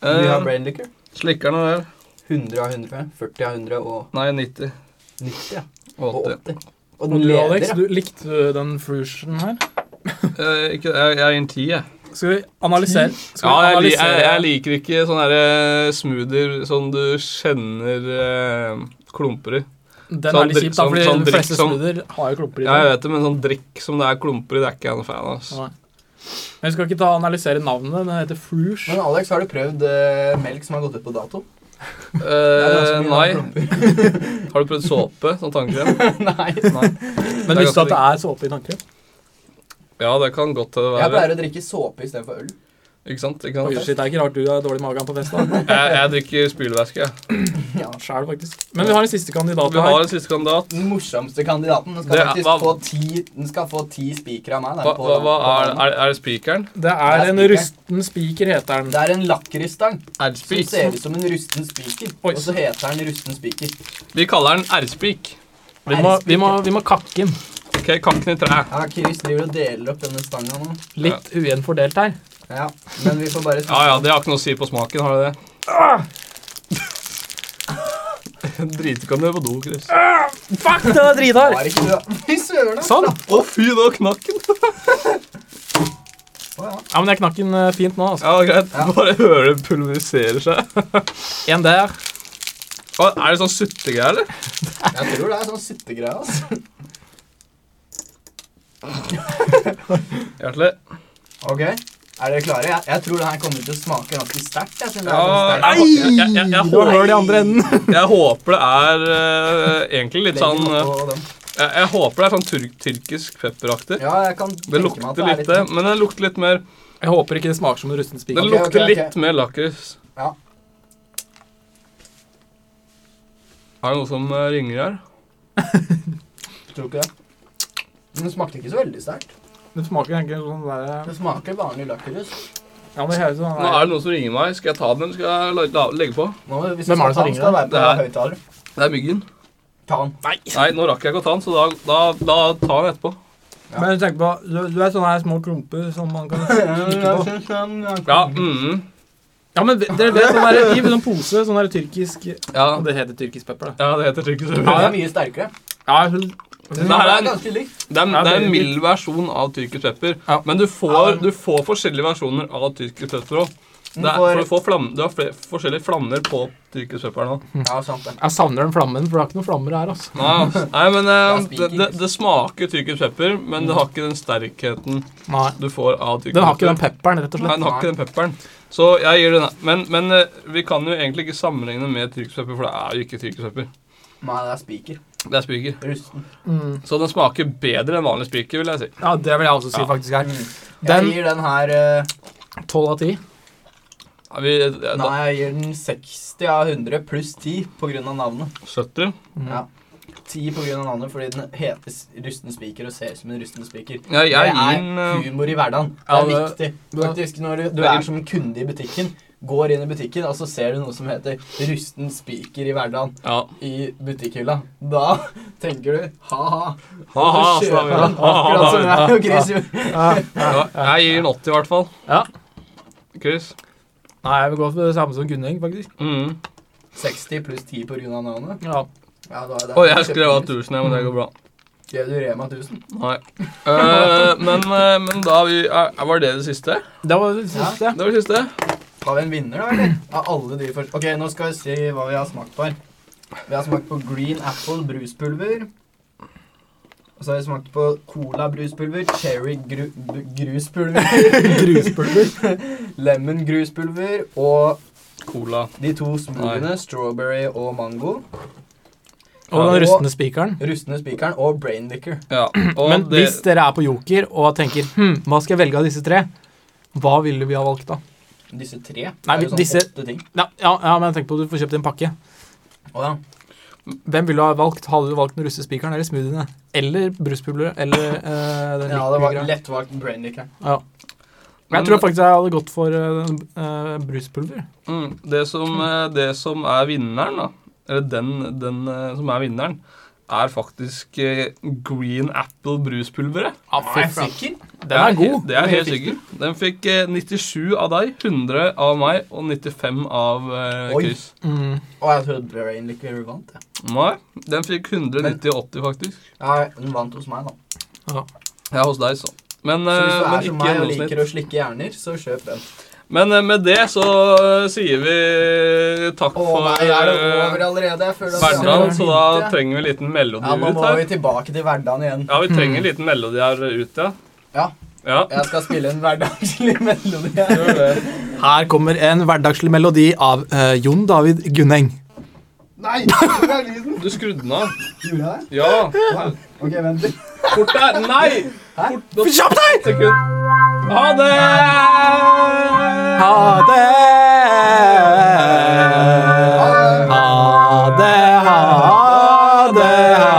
Du har Eh, Brainlicker? Slikkerne der. 100 av 100, 40 av 100 og Nei, 90. 90. Ja. Og Og 80. 80. Og Og den du, leder, Alex, ja. du likte du den fruition her? Eh, ikke, jeg, jeg gir en 10, jeg. Skal vi analysere? Skal Ja, vi jeg, li- analysere? jeg, jeg liker ikke sånne der, eh, smoothier som du kjenner eh, klumper i. Den Sånn er litt drikk- kjip, da, sånn- fordi sånn de drikk fleste som- studier har jo klumper i Ja, jeg det. vet det, men sånn drikk som det er klumper i, det er ikke jeg noe fan av. ass. Nei. Men vi skal ikke ta analysere navnet. Den heter Frush. Men Alex, har du prøvd eh, melk som har gått ut på dato? Eh, Det er ganske mye nei. klumper. Har du prøvd såpe som tannkrem? Nei. Nei. Det Men er visste du ganske at det er såpe i tanken? Ja, det kan godt Jeg være. pleier å drikke såpe istedenfor øl. Ikke sant? Ikke Oi, sant? shit, Det er ikke rart du har dårlig mage på fest. da. Jeg, jeg drikker spylevæske. jeg. Ja. Sjæl, faktisk. Men vi har en siste kandidat Vi har her. en siste kandidat. Den morsomste kandidaten. Den skal Det er- faktisk hva- få ti, den skal få ti spikere av meg. Hva, hva, hva er, er, er det spikeren? Det er en spiker. rusten spiker, heter den. Det er en lakrisstang som R-spik. ser ut som en rusten spiker. Oi. Og så heter den rusten spiker. Vi kaller den R-spik. Vi må, vi må, vi må kakke den. Ok, kakken i treet. Ja, Chris driver og deler opp denne stanga nå. Litt ujevnt fordelt her. Ja, Men vi får bare Ja ja, det har ikke noe å si på smaken, har det det? Driter kan du gjøre på do, Chris. Fuck, den er drithard! Var ikke du Fy søren, da! Sånn. Å fy, nå knakk den. Å, ja. Ja, men jeg knakk den eh, fint nå. altså. Ja, greit. Bare hører det pulveriserer seg. En der. Å, er det sånn suttegreie, eller? Jeg tror det er sånn suttegreie, altså. Hjertelig. Ok, er dere klare? Jeg, jeg tror den her kommer til å smake ganske sterkt. Jeg, synes det Ja, er sånn sterkt. jeg, jeg, jeg, jeg, jeg, Det var hull i andre enden. håper, jeg håper det er eh, egentlig litt sånn Legger eh, oppå den. jeg, jeg håper det er sånn tyrk, tyrkisk pepperaktig. Ja, jeg kan Det tenke meg at lukter det er litt det, men det lukter litt mer Jeg håper ikke det smaker som en rusten Det spiker. Ok, ok, lukter ok. litt mer lakris. Ja. Er det noe som eh, ringer her? Tror ikke det. Men det smakte ikke så veldig sterkt. Det smaker egentlig sånn der Det smaker vanlig lakris. Ja, men det høres sånn Nå er det noen som ringer meg. Skal jeg ta den, eller skal jeg la, la, legge på? Nå, hvis Hvem er det som den ringer skal være Det på er- høyttaler. Det er myggen. Ta den. Nei, nå rakk jeg ikke å ta den, så da, da, da tar jeg den etterpå. Men tenk på, du, du er sånne her små klumper som man kan slikke på. Ja, mhm. Ja, men det- dere vet, sånn der, gi sånn pose, sånn der tyrkisk ja. Og det heter tyrkisk pepper, da. ja, det heter tyrkisk Den pepper. er mye sterkere. Ja, jeg synes- Det her Den er er en, ganske likt. det er, det er en mild versjon av tyrkisk pepper. Ja. Men du får, du får forskjellige versjoner av tyrkisk pepper òg. Du, får- får flam- du har flere, forskjellige flammer på tyrkisk pepper nå. Ja, sant det. jeg savner den flammen, for det er ikke noen flammer her. altså. Nei, altså. Nei men eh, Det er det, spiking, det, det smaker tyrkisk pepper, men det har ikke den sterkheten Nei. du får av tyrkisk Den har ikke pepper. den pepperen, rett og Nei, slett. den har ikke den pepperen. Så jeg gir den her. Men, men eh, vi kan jo egentlig ikke sammenligne med tyrkisk pepper, for det er jo ikke tyrkisk pepper. Nei, det er spiker. Det er spiker. Rusten. Mm. Så den smaker bedre enn vanlig spiker, vil jeg si. Ja, det vil jeg også si, Ja. faktisk. her. Mm. Jeg Den- gir den her eh, 12 av 10. Er vi eh, da, Nei, jeg gir den 60 av 100 pluss 10 på grunn av navnet. 70? Mm. Ja. 10 på grunn av navnet fordi den heter s- Rusten Spiker og ser ut som en rusten spiker. Ja, jeg det gir er den eh, humor i hverdagen. Det Ja, er det- viktig. Faktisk, når du, du er som kunde i butikken, går inn i butikken, og så ser du noe som heter rusten spiker i hverdagen Ja. i butikkhylla. Da tenker du ha-ha. Ha-ha, Så sa vi. kjøper den Ha-ha, akkurat som David. jeg og Chris gjorde. ja. Jeg gir den 80 i hvert fall. Ja. Chris? Nei, jeg vil gå for det samme som Gunnhild, faktisk. Mhm. 60 pluss 10 på grunn av navnet. Ja. Ja, da, da, Å, jeg skrev av 1000, ja, men det går bra. Gjør du Rema 1000? Nei. Eh, men, eh, men da vi, er, Var det det siste? Det var det siste. Det var det siste. Har vi en vinner, da? eller? Av alle de for... Ok, nå skal vi se hva vi har smakt på her. Vi har smakt på green apple bruspulver. Og så har vi smakt på cola bruspulver, cherry gru bu- gruspulver, Gruspulver. lemon gruspulver og Cola. de to smoothiene, strawberry og mango. Og den Og- rustne spikeren. Rustne spikeren og brain liquor. Ja. Og Men det, hvis dere er på Joker og tenker hm, hva skal jeg velge av disse tre, hva ville vi ha valgt da? Disse tre Nei, er jo sånn disse- åtte ting. Ja, ja, ja men tenk på at du får kjøpt en pakke. Å ja. Hvem ville du ha valgt? Hadde du valgt den russe spikeren eller smoothiene? Eller bruspulver? Eller eh, den ja, det var likegreia? lettvalgt brain liquor. Ja. Men jeg tror faktisk jeg hadde gått for eh, eh, bruspulver. mm, det, som, eh, det som er vinneren, da Eller den, den eh, som er vinneren, er faktisk eh, Green Apple bruspulveret. Ja, Ah, fy Er du faen. sikker? Den er god. Det er helt sikker. Den fikk eh, 97 av deg, 100 av meg og 95 av eh, Oi. Chris. Mm. Å, jeg trodde Brain Liquor vant, jeg. Nei, den fikk 190-80, faktisk. Ja, den vant hos meg, da. Jeg er hos deg, sånn. Men, Så hvis eh, du men er som ikke meg og noe snitt. liker å slikke hjerner, så kjøp den. Men eh, med det så eh, sier vi eh, takk Å for nei, er det over eh, allerede? Jeg føler at Verdal, så da Ja. trenger vi en liten melodi Ja, da ut må her. vi tilbake til hverdagen igjen. Ja, vi trenger en liten melodi her ut, ja. Ja. Ja, Jeg skal spille en hverdagslig melodi her. gjør det. Her kommer en hverdagslig melodi av eh, Jon David Gunneng. Nei, det er lyden. Du skrudde den av. Gjorde jeg det? Ja. Ok, vent litt. Fort der. Nei! Fort nå- Kjapp deg! sekund. Ha det! Ha det! Ha det, ha det, ha